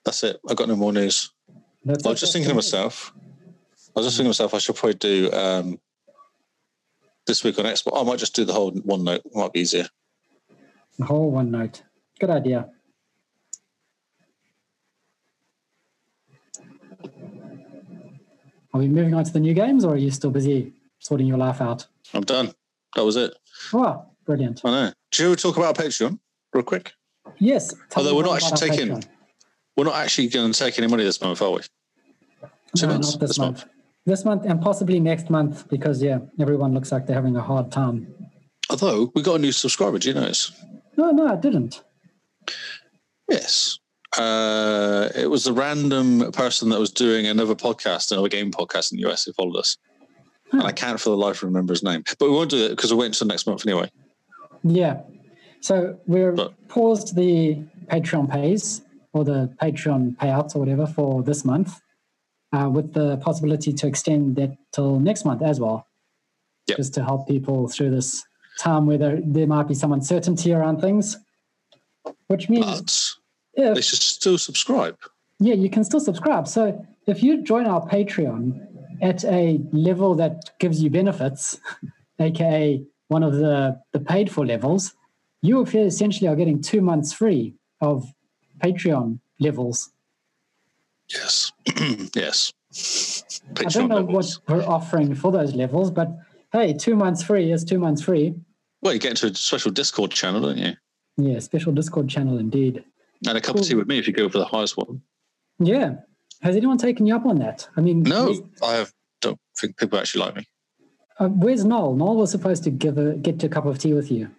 [SPEAKER 1] that's it. I've got no more news.
[SPEAKER 2] That's
[SPEAKER 1] I was just thinking to myself. I was just thinking to myself. I should probably do um, this week on Xbox. I might just do the whole one note. Might be easier.
[SPEAKER 2] The whole one note. Good idea. Are we moving on to the new games or are you still busy sorting your life out?
[SPEAKER 1] I'm done. That was it.
[SPEAKER 2] Oh, brilliant.
[SPEAKER 1] I know. Do you wanna talk about Patreon real quick?
[SPEAKER 2] Yes. tell
[SPEAKER 1] Although
[SPEAKER 2] me
[SPEAKER 1] we're
[SPEAKER 2] more
[SPEAKER 1] not
[SPEAKER 2] about
[SPEAKER 1] actually
[SPEAKER 2] our
[SPEAKER 1] taking-
[SPEAKER 2] Patreon.
[SPEAKER 1] We're not actually going to take any money this month, are we? Two
[SPEAKER 2] No,
[SPEAKER 1] months
[SPEAKER 2] not this, month. This month and possibly next month because, yeah, everyone looks like they're having a hard time.
[SPEAKER 1] Although we got a new subscriber. Do you notice?
[SPEAKER 2] No, no, I didn't.
[SPEAKER 1] Yes. Uh, it was a random person that was doing another podcast, another game podcast in the US who followed us.
[SPEAKER 2] Hmm.
[SPEAKER 1] And I can't for the life remember his name. But we won't do it because we're waiting until next month anyway.
[SPEAKER 2] Yeah. So we're
[SPEAKER 1] But-
[SPEAKER 2] paused the Patreon pays or the Patreon payouts or whatever for this month, uh, with the possibility to extend that till next month as well,
[SPEAKER 1] Yep.
[SPEAKER 2] just to help people through this time where there, there might be some uncertainty around things. Which means
[SPEAKER 1] But
[SPEAKER 2] if
[SPEAKER 1] they should still subscribe.
[SPEAKER 2] yeah, you can still subscribe. So if you join our Patreon at a level that gives you benefits, aka one of the, the paid for levels, you essentially are getting two months free of Patreon levels.
[SPEAKER 1] Yes. yes.
[SPEAKER 2] I don't
[SPEAKER 1] Patreon
[SPEAKER 2] know
[SPEAKER 1] levels.
[SPEAKER 2] what we're offering for those levels, but hey, two months free is two months free.
[SPEAKER 1] Well, you get into a special Discord channel, don't you?
[SPEAKER 2] Yeah, special Discord channel indeed.
[SPEAKER 1] And a cup of tea with me if you go for the highest one.
[SPEAKER 2] Yeah. Has anyone taken you up on that? I mean,
[SPEAKER 1] No,
[SPEAKER 2] Hmm.
[SPEAKER 1] I have, don't think people actually like me.
[SPEAKER 2] uh, where's Noel? Noel was supposed to give a, get to a cup of tea with you.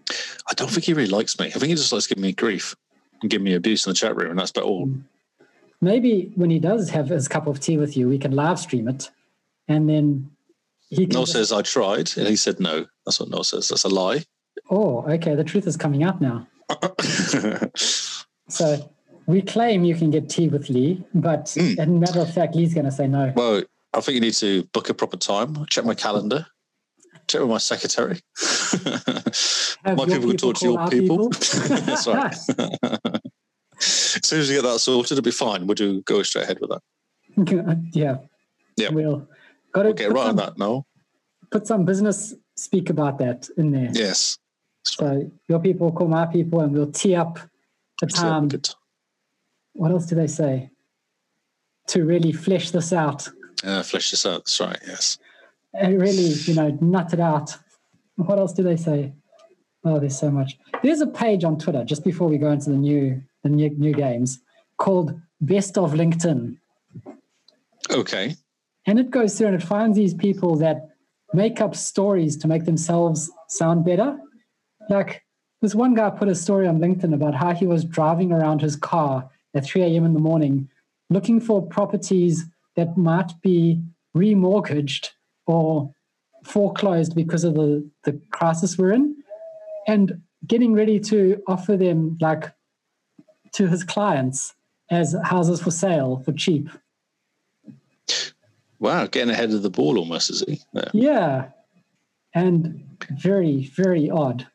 [SPEAKER 1] I don't think he really likes me. I think he just likes giving me grief and giving me abuse in the chat room, and that's about all.
[SPEAKER 2] maybe when he does have his cup of tea with you, we can live stream it, and then he can.
[SPEAKER 1] Noel
[SPEAKER 2] just-
[SPEAKER 1] says I tried, and he said no. That's what Noel says. That's a lie.
[SPEAKER 2] oh, okay. The truth is coming out now. So we claim you can get tea with Lee, but
[SPEAKER 1] Mm.
[SPEAKER 2] in matter of fact, Lee's going to say no.
[SPEAKER 1] Well, I think you need to book a proper time. Check my calendar. Check with my secretary.
[SPEAKER 2] Have
[SPEAKER 1] my
[SPEAKER 2] your
[SPEAKER 1] people can talk to
[SPEAKER 2] call
[SPEAKER 1] your
[SPEAKER 2] our
[SPEAKER 1] people. That's right. As soon as we get that sorted, it'll be fine. We'll do go straight ahead with that.
[SPEAKER 2] yeah.
[SPEAKER 1] Yeah.
[SPEAKER 2] We'll got to
[SPEAKER 1] We'll get
[SPEAKER 2] put,
[SPEAKER 1] right
[SPEAKER 2] some,
[SPEAKER 1] on that, Noel.
[SPEAKER 2] put some business speak about that in there.
[SPEAKER 1] Yes. That's right.
[SPEAKER 2] So your people call my people, and we'll tee up the
[SPEAKER 1] Let's have a
[SPEAKER 2] time.
[SPEAKER 1] good time.
[SPEAKER 2] What else do they say? To really flesh this out,
[SPEAKER 1] Uh, flesh this out. That's right. Yes.
[SPEAKER 2] and Uh, really, you know, nut it out. What else do they say? Oh, there's so much. There's a page on Twitter just before we go into the new the new, new games called Best of LinkedIn.
[SPEAKER 1] Okay.
[SPEAKER 2] And it goes through and it finds these people that make up stories to make themselves sound better. Like this one guy put a story on LinkedIn about how he was driving around his car at 3 a.m. in the morning looking for properties that might be remortgaged or foreclosed because of the, the crisis we're in and getting ready to offer them like to his clients as houses for sale for cheap
[SPEAKER 1] Wow. Getting ahead of the ball almost, is he? Oh, Yeah.
[SPEAKER 2] Yeah. And very, very odd.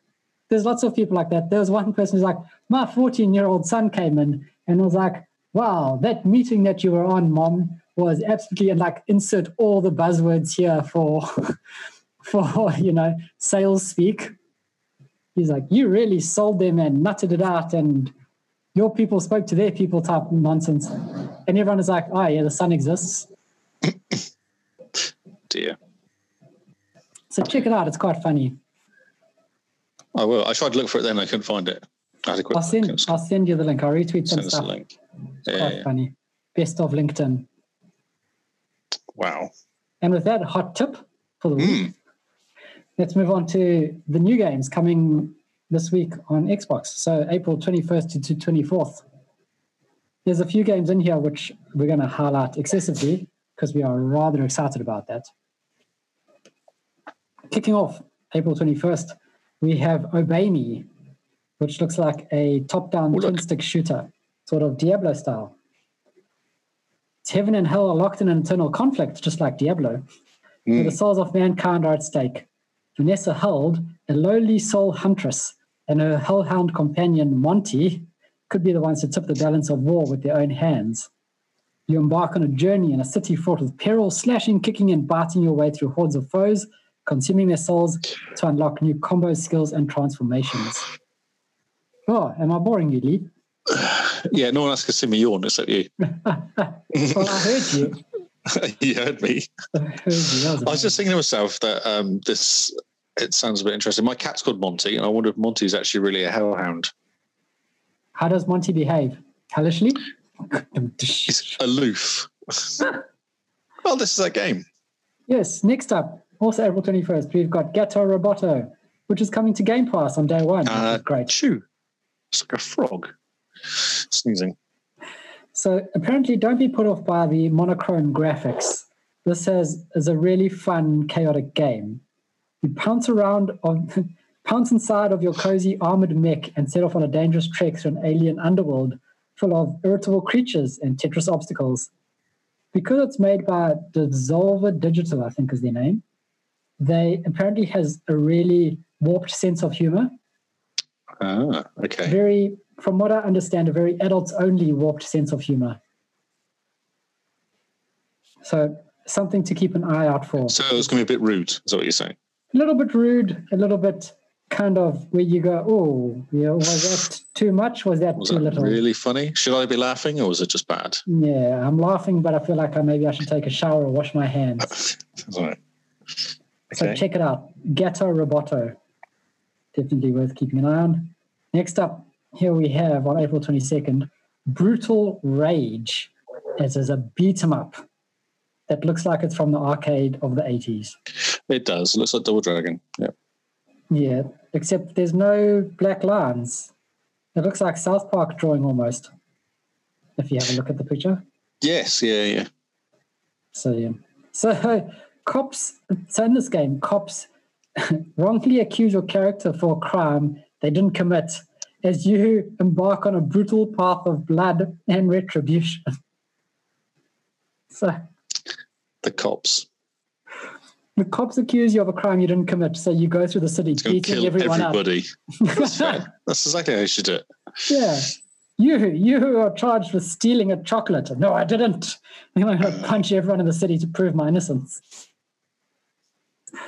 [SPEAKER 2] There's lots of people like that. There was one person who's like, my 14 year old son came in and was like, wow, that meeting that you were on, mom, was absolutely and like insert all the buzzwords here for for you know sales speak. He's like, you really sold them and nutted it out and your people spoke to their people type nonsense. And everyone is like, oh yeah, the sun exists.
[SPEAKER 1] Dear.
[SPEAKER 2] So check it out. It's quite funny.
[SPEAKER 1] I will. I tried to look for it then. I couldn't find it. I had a quick
[SPEAKER 2] I'll
[SPEAKER 1] look.
[SPEAKER 2] send, I'll send you the link. I'll retweet some
[SPEAKER 1] Send us a
[SPEAKER 2] stuff.
[SPEAKER 1] link.
[SPEAKER 2] Quite
[SPEAKER 1] Yeah.
[SPEAKER 2] funny. Best of LinkedIn.
[SPEAKER 1] Wow.
[SPEAKER 2] And with that hot tip for the week,
[SPEAKER 1] Mm.
[SPEAKER 2] let's move on to the new games coming this week on Xbox. So April 21st to 24th. There's a few games in here which we're going to highlight excessively because we are rather excited about that. Kicking off April 21st, we have Obey Me, which looks like a top down
[SPEAKER 1] Oh, look.
[SPEAKER 2] twin stick shooter, sort of Diablo style. It's heaven and hell are locked in internal conflict, just like Diablo where the
[SPEAKER 1] Mm.
[SPEAKER 2] souls of mankind are at stake. Vanessa Held, a lowly soul huntress, and her hellhound companion Monty could be the ones to tip the balance of war with their own hands. You embark on a journey in a city fraught with peril, slashing, kicking, and biting your way through hordes of foes, consuming their souls to unlock new combo skills and transformations. Oh, am I boring you, Lee?
[SPEAKER 1] Yeah. No one else can see me yawn except you.
[SPEAKER 2] Well, I heard you.
[SPEAKER 1] you heard me.
[SPEAKER 2] I heard you. That
[SPEAKER 1] I was just thinking to myself that um, this it sounds a bit interesting. My cat's called Monty, and I wonder if Monty's actually really a hellhound.
[SPEAKER 2] How does Monty behave? Hellishly?
[SPEAKER 1] He's aloof. well, this is that game.
[SPEAKER 2] Yes, next up, also April 21st, we've got Gato Roboto, which is coming to Game Pass on day one.
[SPEAKER 1] Uh,
[SPEAKER 2] which is great.
[SPEAKER 1] Chew. It's like a frog sneezing.
[SPEAKER 2] So apparently, don't be put off by the monochrome graphics. This has, is a really fun, chaotic game. You pounce around on. Pounce inside of your cozy armored mech and set off on a dangerous trek through an alien underworld full of irritable creatures and Tetris obstacles. Because it's made by Dissolver Digital, I think is their name, they apparently has a really warped sense of humor.
[SPEAKER 1] Ah, okay.
[SPEAKER 2] Very, from what I understand, a very adults only warped sense of humor. So something to keep an eye out for.
[SPEAKER 1] So it's going to be a bit rude. Is that what you're saying?
[SPEAKER 2] a little bit rude, a little bit kind of where you go, oh, yeah, was that too much? Was that
[SPEAKER 1] Was
[SPEAKER 2] too
[SPEAKER 1] that
[SPEAKER 2] little?
[SPEAKER 1] really funny? Should I be laughing, or was it just bad?
[SPEAKER 2] Yeah, I'm laughing, but I feel like I, maybe I should take a shower or wash my hands.
[SPEAKER 1] That's all right.
[SPEAKER 2] So check it out. Gato Roboto. Definitely worth keeping an eye on. Next up, here we have on April 22nd, Brutal Rage. This is a beat 'em up that looks like it's from the arcade of the 80s.
[SPEAKER 1] It does. It looks like Double Dragon. Yeah.
[SPEAKER 2] Yeah, except there's no black lines. It looks like South Park drawing almost, if you have a look at the picture.
[SPEAKER 1] Yes. Yeah. Yeah.
[SPEAKER 2] So yeah. So cops. So in this game, cops wrongly accuse your character for a crime they didn't commit, as you embark on a brutal path of blood and retribution. so
[SPEAKER 1] The cops.
[SPEAKER 2] the cops accuse you of a crime you didn't commit, so you go through the city
[SPEAKER 1] It's going to
[SPEAKER 2] beating
[SPEAKER 1] kill
[SPEAKER 2] everyone
[SPEAKER 1] everybody. That's
[SPEAKER 2] up.
[SPEAKER 1] fair. That's exactly how you should do it.
[SPEAKER 2] yeah. You you are charged with stealing a chocolate. No, I didn't. I'm going to punch everyone in the city to prove my innocence. Uh,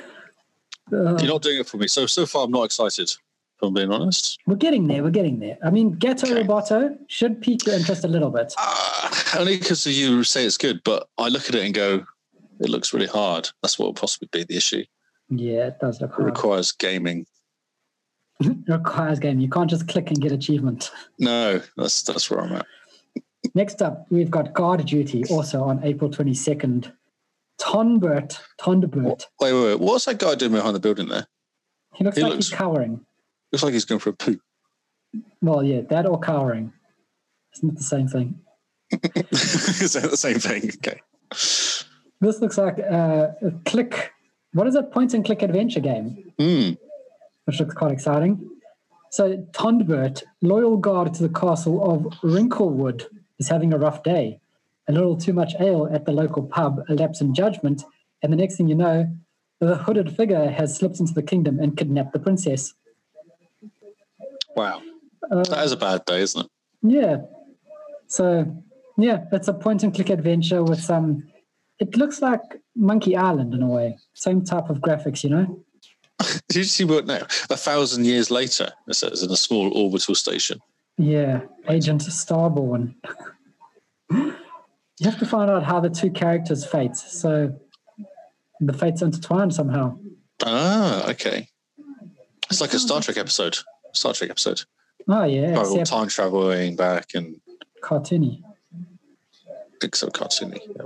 [SPEAKER 1] You're not doing it for me. So, so far, I'm not excited, if I'm being honest.
[SPEAKER 2] we're getting there. We're getting there. I mean, Ghetto
[SPEAKER 1] Okay.
[SPEAKER 2] Roboto should pique your interest a little bit.
[SPEAKER 1] Uh, only because you say it's good, but I look at it and go, it looks really hard. That's what will possibly be the issue.
[SPEAKER 2] Yeah, it does look
[SPEAKER 1] It
[SPEAKER 2] hard.
[SPEAKER 1] requires gaming.
[SPEAKER 2] It requires game. You can't just click and get achievement.
[SPEAKER 1] No, that's that's where I'm at.
[SPEAKER 2] Next up, we've got Guard Duty, also on April 22nd. Tonbert, Tonderbert.
[SPEAKER 1] Wait, wait, wait. What's that guy doing behind the building there?
[SPEAKER 2] He looks
[SPEAKER 1] He
[SPEAKER 2] like
[SPEAKER 1] looks-
[SPEAKER 2] he's cowering.
[SPEAKER 1] Looks like he's going for a poo.
[SPEAKER 2] Well, yeah, that or cowering. Isn't it the same thing?
[SPEAKER 1] Is that the same thing? Okay.
[SPEAKER 2] This looks like uh, a click. What is that point and click adventure game?
[SPEAKER 1] Hmm.
[SPEAKER 2] Which looks quite exciting. So, Tondbert, loyal guard to the castle of Wrinklewood, is having a rough day. A little too much ale at the local pub, a lapse in judgment, and the next thing you know, the hooded figure has slipped into the kingdom and kidnapped the princess.
[SPEAKER 1] Wow.
[SPEAKER 2] Uh,
[SPEAKER 1] That is a bad day, isn't it?
[SPEAKER 2] Yeah. So, yeah, it's a point and click adventure with some. It looks like Monkey Island in a way. Same type of graphics, you know?
[SPEAKER 1] Did you see what now? A thousand years later, it says in a small orbital station.
[SPEAKER 2] Yeah, Agent Starborn. you have to find out how the two characters' fates. So, the fates intertwine somehow.
[SPEAKER 1] Ah, okay. It's like a Star Trek episode. Star Trek episode.
[SPEAKER 2] Oh, yeah,
[SPEAKER 1] Travel,
[SPEAKER 2] except
[SPEAKER 1] time traveling back and
[SPEAKER 2] cartoony.
[SPEAKER 1] pixel cartoony. Yeah.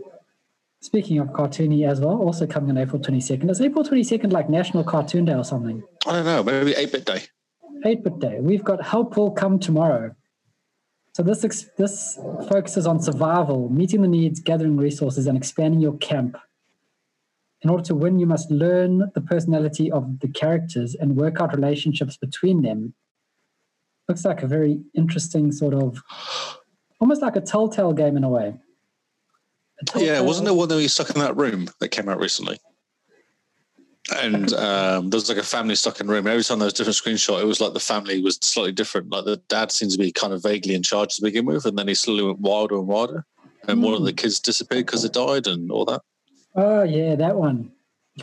[SPEAKER 2] Speaking of cartoony as well, also coming on April 22nd. Is April 22nd like National Cartoon Day or something?
[SPEAKER 1] I don't know. Maybe eight bit day.
[SPEAKER 2] 8 bit day, we've got Help Will Come Tomorrow. So this ex- this focuses on survival, meeting the needs, gathering resources, and expanding your camp. In order to win, you must learn the personality of the characters and work out relationships between them. Looks like a very interesting sort of, almost like a telltale game in a way. A
[SPEAKER 1] Yeah,
[SPEAKER 2] Telltale-
[SPEAKER 1] wasn't there one that we stuck in that room that came out recently? And um, there was like a family stuck in a room. Every time there was a different screenshot, it was like the family was slightly different. Like the dad seemed to be kind of vaguely in charge to begin with, and then he slowly went wilder and wilder. And one
[SPEAKER 2] Hmm.
[SPEAKER 1] of the kids disappeared because they died and all that.
[SPEAKER 2] Oh yeah, that one.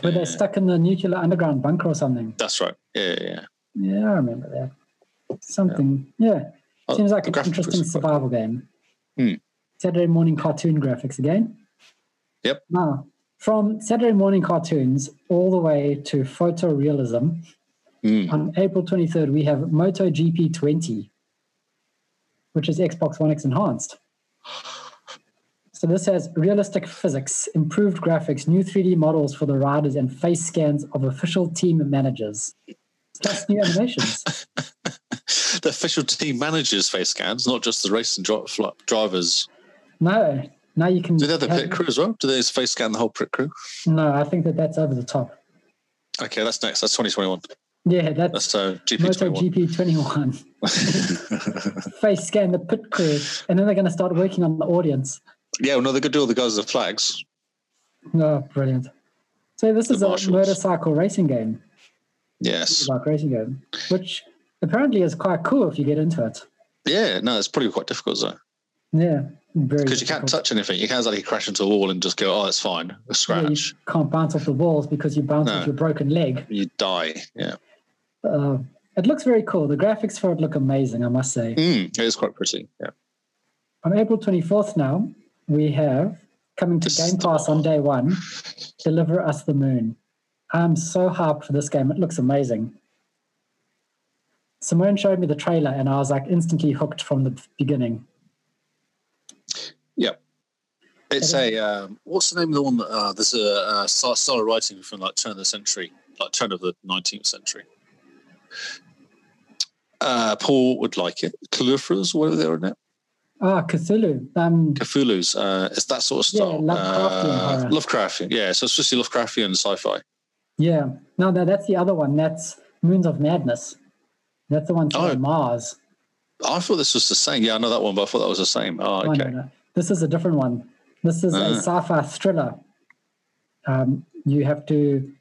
[SPEAKER 2] Where
[SPEAKER 1] Yeah.
[SPEAKER 2] they're stuck in the nuclear underground bunker or something.
[SPEAKER 1] That's right. Yeah, yeah. yeah.
[SPEAKER 2] Yeah, I remember that. Something. Yeah.
[SPEAKER 1] Oh,
[SPEAKER 2] Seems like
[SPEAKER 1] the
[SPEAKER 2] an
[SPEAKER 1] graphic was
[SPEAKER 2] interesting
[SPEAKER 1] quite-
[SPEAKER 2] survival game.
[SPEAKER 1] Hmm.
[SPEAKER 2] Saturday morning cartoon graphics again.
[SPEAKER 1] Yep.
[SPEAKER 2] Now, from Saturday morning cartoons all the way to photorealism,
[SPEAKER 1] Mm.
[SPEAKER 2] on April 23rd, we have MotoGP 20, which is Xbox One X enhanced. So this has realistic physics, improved graphics, new 3D models for the riders, and face scans of official team managers. Plus new animations.
[SPEAKER 1] The official team managers face scans, not just the racing dri- fl- drivers.
[SPEAKER 2] No, now you can.
[SPEAKER 1] Do they have the
[SPEAKER 2] have-
[SPEAKER 1] pit crew as well? Do they just face scan the whole pit crew?
[SPEAKER 2] No, I think that that's over the top.
[SPEAKER 1] Okay, that's next. That's 2021.
[SPEAKER 2] Yeah, that's
[SPEAKER 1] That's uh, GP21.
[SPEAKER 2] MotoGP 21. Face scan the pit crew, and then they're going to start working on the audience.
[SPEAKER 1] yeah, well, no, they could do all the guys with the flags.
[SPEAKER 2] Oh, brilliant. So this
[SPEAKER 1] The
[SPEAKER 2] is a
[SPEAKER 1] marshals.
[SPEAKER 2] motorcycle racing game,
[SPEAKER 1] Yes.
[SPEAKER 2] bike racing game, which apparently is quite cool if you get into it.
[SPEAKER 1] Yeah, no, it's probably quite difficult though.
[SPEAKER 2] Yeah, very.
[SPEAKER 1] Because you can't
[SPEAKER 2] difficult.
[SPEAKER 1] touch anything. You can't actually crash into a wall and just go, oh, it's fine, a
[SPEAKER 2] Yeah, you
[SPEAKER 1] scratch.
[SPEAKER 2] can't bounce off the walls because you bounce
[SPEAKER 1] No.
[SPEAKER 2] off your broken leg.
[SPEAKER 1] You die. Yeah.
[SPEAKER 2] Uh, it looks very cool. The graphics for it look amazing, I must say.
[SPEAKER 1] Mm, it is quite pretty. Yeah.
[SPEAKER 2] On April 24th now, we have coming to
[SPEAKER 1] This is
[SPEAKER 2] Game
[SPEAKER 1] the
[SPEAKER 2] Pass on day one, Deliver Us the Moon. I'm so hyped for this game. It looks amazing. Simone showed me the trailer and I was like instantly hooked from the beginning.
[SPEAKER 1] It's a, um, what's the name of the one that, uh, there's a uh, style style of writing from like turn of the century, like turn of the 19th century. Uh, Paul would like it. Califras, whatever they were now.
[SPEAKER 2] Ah, Cthulhu. Um,
[SPEAKER 1] Cthulhu's. Uh, it's that sort of
[SPEAKER 2] Yeah,
[SPEAKER 1] style.
[SPEAKER 2] Lovecraftian
[SPEAKER 1] uh,
[SPEAKER 2] horror.
[SPEAKER 1] Lovecraftian. Yeah, so it's especially Lovecraftian sci fi.
[SPEAKER 2] yeah. No, no, that's the other one. That's Moons of Madness. That's the one set
[SPEAKER 1] Oh.
[SPEAKER 2] on Mars.
[SPEAKER 1] I thought this was the same. Yeah, I know that one, but I thought that was the same. Oh,
[SPEAKER 2] Oh,
[SPEAKER 1] okay.
[SPEAKER 2] no, no. This is a different one. This is
[SPEAKER 1] Ah.
[SPEAKER 2] a sci-fi thriller. Um, you have to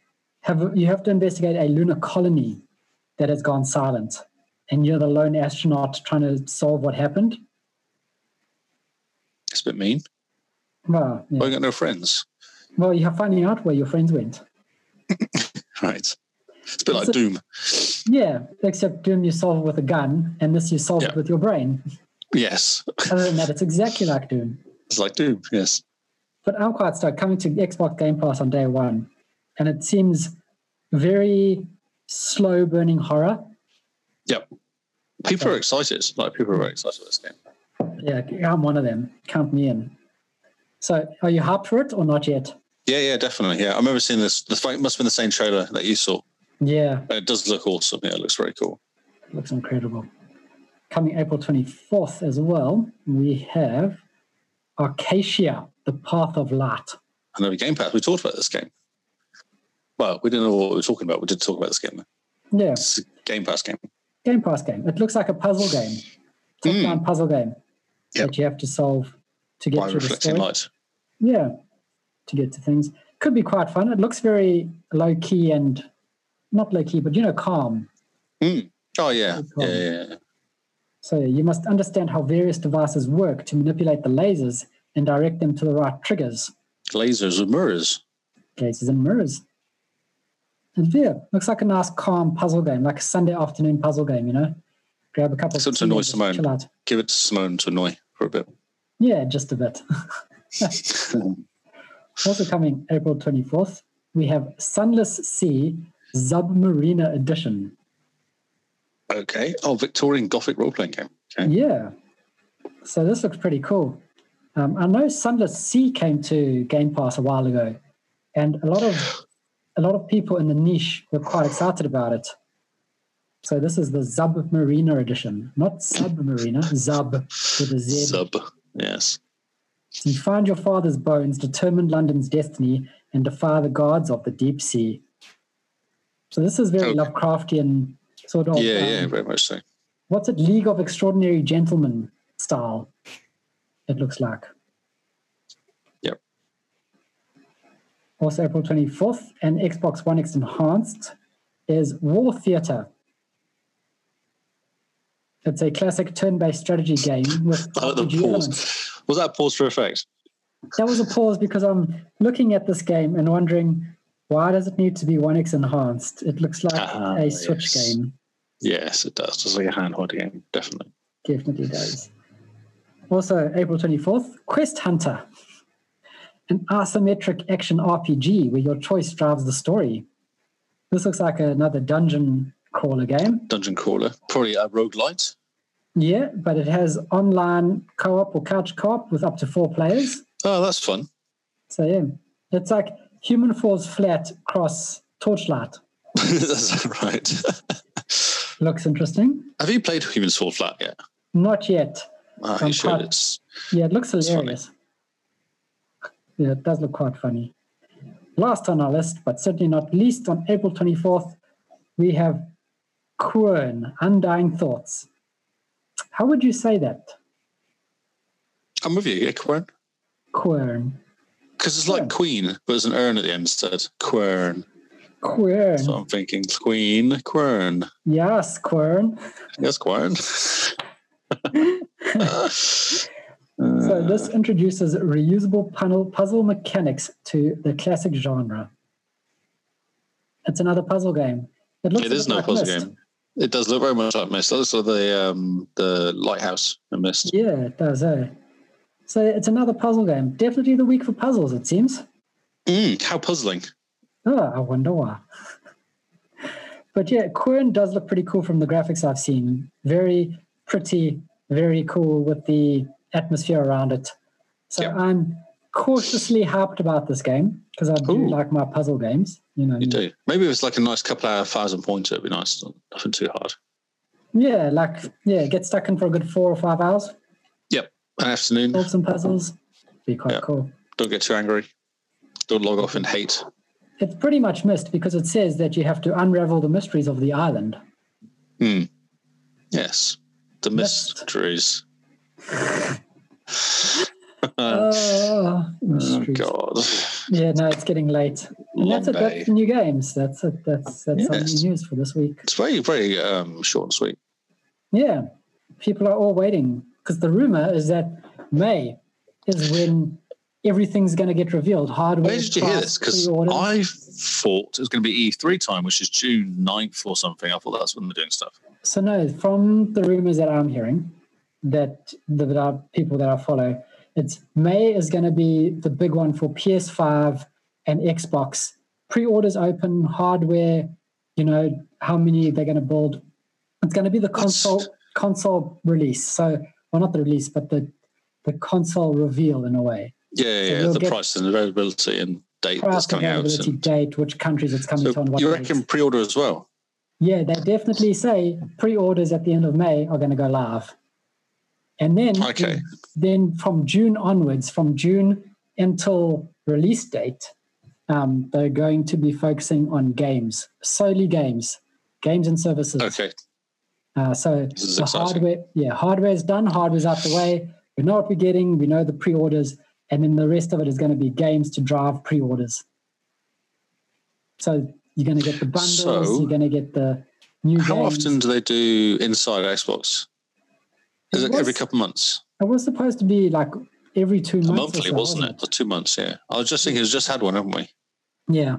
[SPEAKER 2] have you have to investigate a lunar colony that has gone silent, and you're the lone astronaut trying to solve what happened.
[SPEAKER 1] It's a bit mean.
[SPEAKER 2] Well, yeah.
[SPEAKER 1] I got no friends.
[SPEAKER 2] well, you're finding out where your friends went.
[SPEAKER 1] Right. It's a bit
[SPEAKER 2] It's
[SPEAKER 1] like
[SPEAKER 2] a-
[SPEAKER 1] Doom.
[SPEAKER 2] Yeah, except Doom you solve it with a gun, and this you solve
[SPEAKER 1] Yeah.
[SPEAKER 2] it with your brain.
[SPEAKER 1] Yes.
[SPEAKER 2] Other than that, it's exactly like Doom.
[SPEAKER 1] It's like Doom. Yes.
[SPEAKER 2] but I'm quite stoked coming to Xbox Game Pass on day one, and it seems very slow burning horror.
[SPEAKER 1] People are excited. Like people are very excited about this game.
[SPEAKER 2] Yeah, I'm one of them. Count me in. So, are you hyped for it or not yet?
[SPEAKER 1] Yeah, yeah, definitely. Yeah, I remember seeing this. The fight must have been the same trailer that you saw.
[SPEAKER 2] Yeah,
[SPEAKER 1] It does look awesome. Yeah, it looks very cool.
[SPEAKER 2] looks incredible. Coming April 24th as well, we have Arcacia, The Path of Light.
[SPEAKER 1] Another Game Pass. We talked about this game. Well, we didn't know what we were talking about. We did talk about this game.
[SPEAKER 2] Yeah,
[SPEAKER 1] It's a Game Pass game.
[SPEAKER 2] Game Pass game. It looks like a puzzle game,
[SPEAKER 1] Mm.
[SPEAKER 2] top-down puzzle game
[SPEAKER 1] Yep.
[SPEAKER 2] that you have to solve to get
[SPEAKER 1] By
[SPEAKER 2] through the
[SPEAKER 1] reflecting
[SPEAKER 2] story.
[SPEAKER 1] light.
[SPEAKER 2] yeah to get to things could be quite fun it looks very low key and not low key but you know calm
[SPEAKER 1] Oh yeah,
[SPEAKER 2] Good
[SPEAKER 1] yeah,
[SPEAKER 2] call.
[SPEAKER 1] yeah. yeah.
[SPEAKER 2] so you must understand how various devices work to manipulate the lasers and direct them to the right triggers
[SPEAKER 1] Lasers with mirrors.
[SPEAKER 2] gazes and mirrors and yeah looks like a nice calm puzzle game like a sunday afternoon puzzle game you know grab a couple of
[SPEAKER 1] Something to annoy Simone.
[SPEAKER 2] chill out
[SPEAKER 1] Give it to Simone to annoy for a bit.
[SPEAKER 2] yeah just a bit also coming april 24th we have sunless sea submarina edition
[SPEAKER 1] okay. Oh, Victorian Gothic role playing game. Okay.
[SPEAKER 2] Yeah. So this looks pretty cool. Um, I know Sunless Sea came to Game Pass a while ago, and a lot of a lot of people in the niche were quite excited about it. So this is the Submarina edition, not Submarina, Zub with a Z.
[SPEAKER 1] Sub. Yes.
[SPEAKER 2] So you find your father's bones, determine London's destiny, and defy the gods of the deep sea. So this is very
[SPEAKER 1] Okay.
[SPEAKER 2] Lovecraftian sort of
[SPEAKER 1] yeah,
[SPEAKER 2] um,
[SPEAKER 1] yeah, very much so.
[SPEAKER 2] what's it league of extraordinary gentlemen style it looks like
[SPEAKER 1] Yep.
[SPEAKER 2] also april 24th and xbox one x enhanced is war theater it's a classic turn-based strategy game with
[SPEAKER 1] Oh, the
[SPEAKER 2] RPG elements.
[SPEAKER 1] pause. Was that a pause for effect?
[SPEAKER 2] that was a pause because i'm looking at this game and wondering why does it need to be one x enhanced it looks like
[SPEAKER 1] Ah,
[SPEAKER 2] a switch
[SPEAKER 1] yes.
[SPEAKER 2] game
[SPEAKER 1] Yes, it does. It's like a handheld game, definitely.
[SPEAKER 2] Definitely does. Also, April 24th, Quest Hunter, an isometric action RPG where your choice drives the story. This looks like another dungeon crawler game.
[SPEAKER 1] Dungeon crawler, probably a roguelite.
[SPEAKER 2] Yeah, but it has online co op or couch co op with up to four players.
[SPEAKER 1] Oh, that's fun.
[SPEAKER 2] So, yeah, it's like Human Falls Flat cross Torchlight.
[SPEAKER 1] that's right.
[SPEAKER 2] Looks interesting.
[SPEAKER 1] Have you played Human Fall Flat yet?
[SPEAKER 2] Not yet.
[SPEAKER 1] Oh,
[SPEAKER 2] I'm
[SPEAKER 1] you should.
[SPEAKER 2] quite-
[SPEAKER 1] It's
[SPEAKER 2] Yeah, it looks
[SPEAKER 1] It's funny.
[SPEAKER 2] hilarious. Yeah, it does look quite funny. Last on our list, but certainly not least, on April 24th, we have Quern, Undying Thoughts. How would you say that?
[SPEAKER 1] I'm with you, yeah, Quern.
[SPEAKER 2] Quern.
[SPEAKER 1] Because it's like
[SPEAKER 2] Yeah.
[SPEAKER 1] Queen, but there's an urn at the end instead. Quern.
[SPEAKER 2] Quern.
[SPEAKER 1] So I'm thinking Queen, Quern.
[SPEAKER 2] Yes, Quern.
[SPEAKER 1] Yes, Quern.
[SPEAKER 2] So
[SPEAKER 1] Uh,
[SPEAKER 2] this introduces reusable panel puzzle mechanics to the classic genre. It's another puzzle game. It looks
[SPEAKER 1] it
[SPEAKER 2] a
[SPEAKER 1] is
[SPEAKER 2] bit
[SPEAKER 1] no
[SPEAKER 2] like
[SPEAKER 1] puzzle
[SPEAKER 2] Myst.
[SPEAKER 1] game. It does look very much like Mist. That looks like the um, the lighthouse in Mist.
[SPEAKER 2] Yeah, it does, eh? So it's another puzzle game. Definitely the week for puzzles, it seems.
[SPEAKER 1] Mm, how puzzling!
[SPEAKER 2] Oh, I wonder why. but yeah, Quern does look pretty cool from the graphics I've seen. Very pretty, very cool with the atmosphere around it. So
[SPEAKER 1] Yep.
[SPEAKER 2] I'm cautiously hyped about this game because I do
[SPEAKER 1] Ooh.
[SPEAKER 2] like my puzzle games. You know,
[SPEAKER 1] You do. Maybe if it's like a nice couple hour thousand pointer. It'd be nice. Not- Nothing too hard.
[SPEAKER 2] yeah, like yeah, get stuck in for a good four or five hours,
[SPEAKER 1] An afternoon.
[SPEAKER 2] solve some puzzles. Be quite
[SPEAKER 1] Yep.
[SPEAKER 2] cool.
[SPEAKER 1] Don't get too angry. Don't log off in hate.
[SPEAKER 2] It's pretty much missed because it says that you have to unravel the mysteries of the island.
[SPEAKER 1] Yes. The
[SPEAKER 2] Mist.
[SPEAKER 1] mysteries.
[SPEAKER 2] Oh,
[SPEAKER 1] oh
[SPEAKER 2] mysteries.
[SPEAKER 1] God.
[SPEAKER 2] yeah, no, it's getting late. And that's it.
[SPEAKER 1] Lombay.
[SPEAKER 2] That's the new games. That's it. That's that's some
[SPEAKER 1] Yes.
[SPEAKER 2] new news for this week.
[SPEAKER 1] It's very, very um, short and sweet.
[SPEAKER 2] Yeah, people are all waiting because the rumor is that May is when everything's going to get revealed. Hardware.
[SPEAKER 1] Where did you hear
[SPEAKER 2] price,
[SPEAKER 1] this? Because
[SPEAKER 2] pre-orders.
[SPEAKER 1] I thought it was going to be E3 time, which is June 9th or something. I thought that's when they're doing stuff.
[SPEAKER 2] So no, from the rumors that I'm hearing, that the that are people that I follow, it's May is going to be the big one for PS5 and Xbox. Pre-orders open, hardware, you know how many they're going to build. It's going to be the
[SPEAKER 1] That's-
[SPEAKER 2] console console release. So well, not the release, but the the console reveal in a way.
[SPEAKER 1] Yeah, yeah,
[SPEAKER 2] you'll
[SPEAKER 1] the
[SPEAKER 2] get-
[SPEAKER 1] price and availability and date that's
[SPEAKER 2] Price,
[SPEAKER 1] coming out.
[SPEAKER 2] availability,
[SPEAKER 1] And,
[SPEAKER 2] date, which countries it's coming to,
[SPEAKER 1] so
[SPEAKER 2] and what
[SPEAKER 1] you
[SPEAKER 2] dates.
[SPEAKER 1] reckon pre order as well?
[SPEAKER 2] Yeah, they definitely say pre-orders at the end of May are going to go live, and then
[SPEAKER 1] Okay.
[SPEAKER 2] then from June onwards, from June until release date, um, they're going to be focusing on games, solely games, games and services.
[SPEAKER 1] Okay.
[SPEAKER 2] Uh, so
[SPEAKER 1] This is
[SPEAKER 2] the
[SPEAKER 1] exciting.
[SPEAKER 2] hardware, yeah, hardware is done. Hardware's out the way. We know what we're getting. We know the pre-orders, and then the rest of it is going to be games to drive pre-orders. So you're going to get the bundles.
[SPEAKER 1] So-
[SPEAKER 2] you're going to get the new.
[SPEAKER 1] How
[SPEAKER 2] games.
[SPEAKER 1] often do they do inside Xbox? Is it,
[SPEAKER 2] was-
[SPEAKER 1] every couple of months?
[SPEAKER 2] It was supposed to be like every two months.
[SPEAKER 1] A
[SPEAKER 2] or
[SPEAKER 1] monthly,
[SPEAKER 2] so,
[SPEAKER 1] wasn't it? Or two months, yeah. I was just thinking, we've just had one, haven't we?
[SPEAKER 2] Yeah,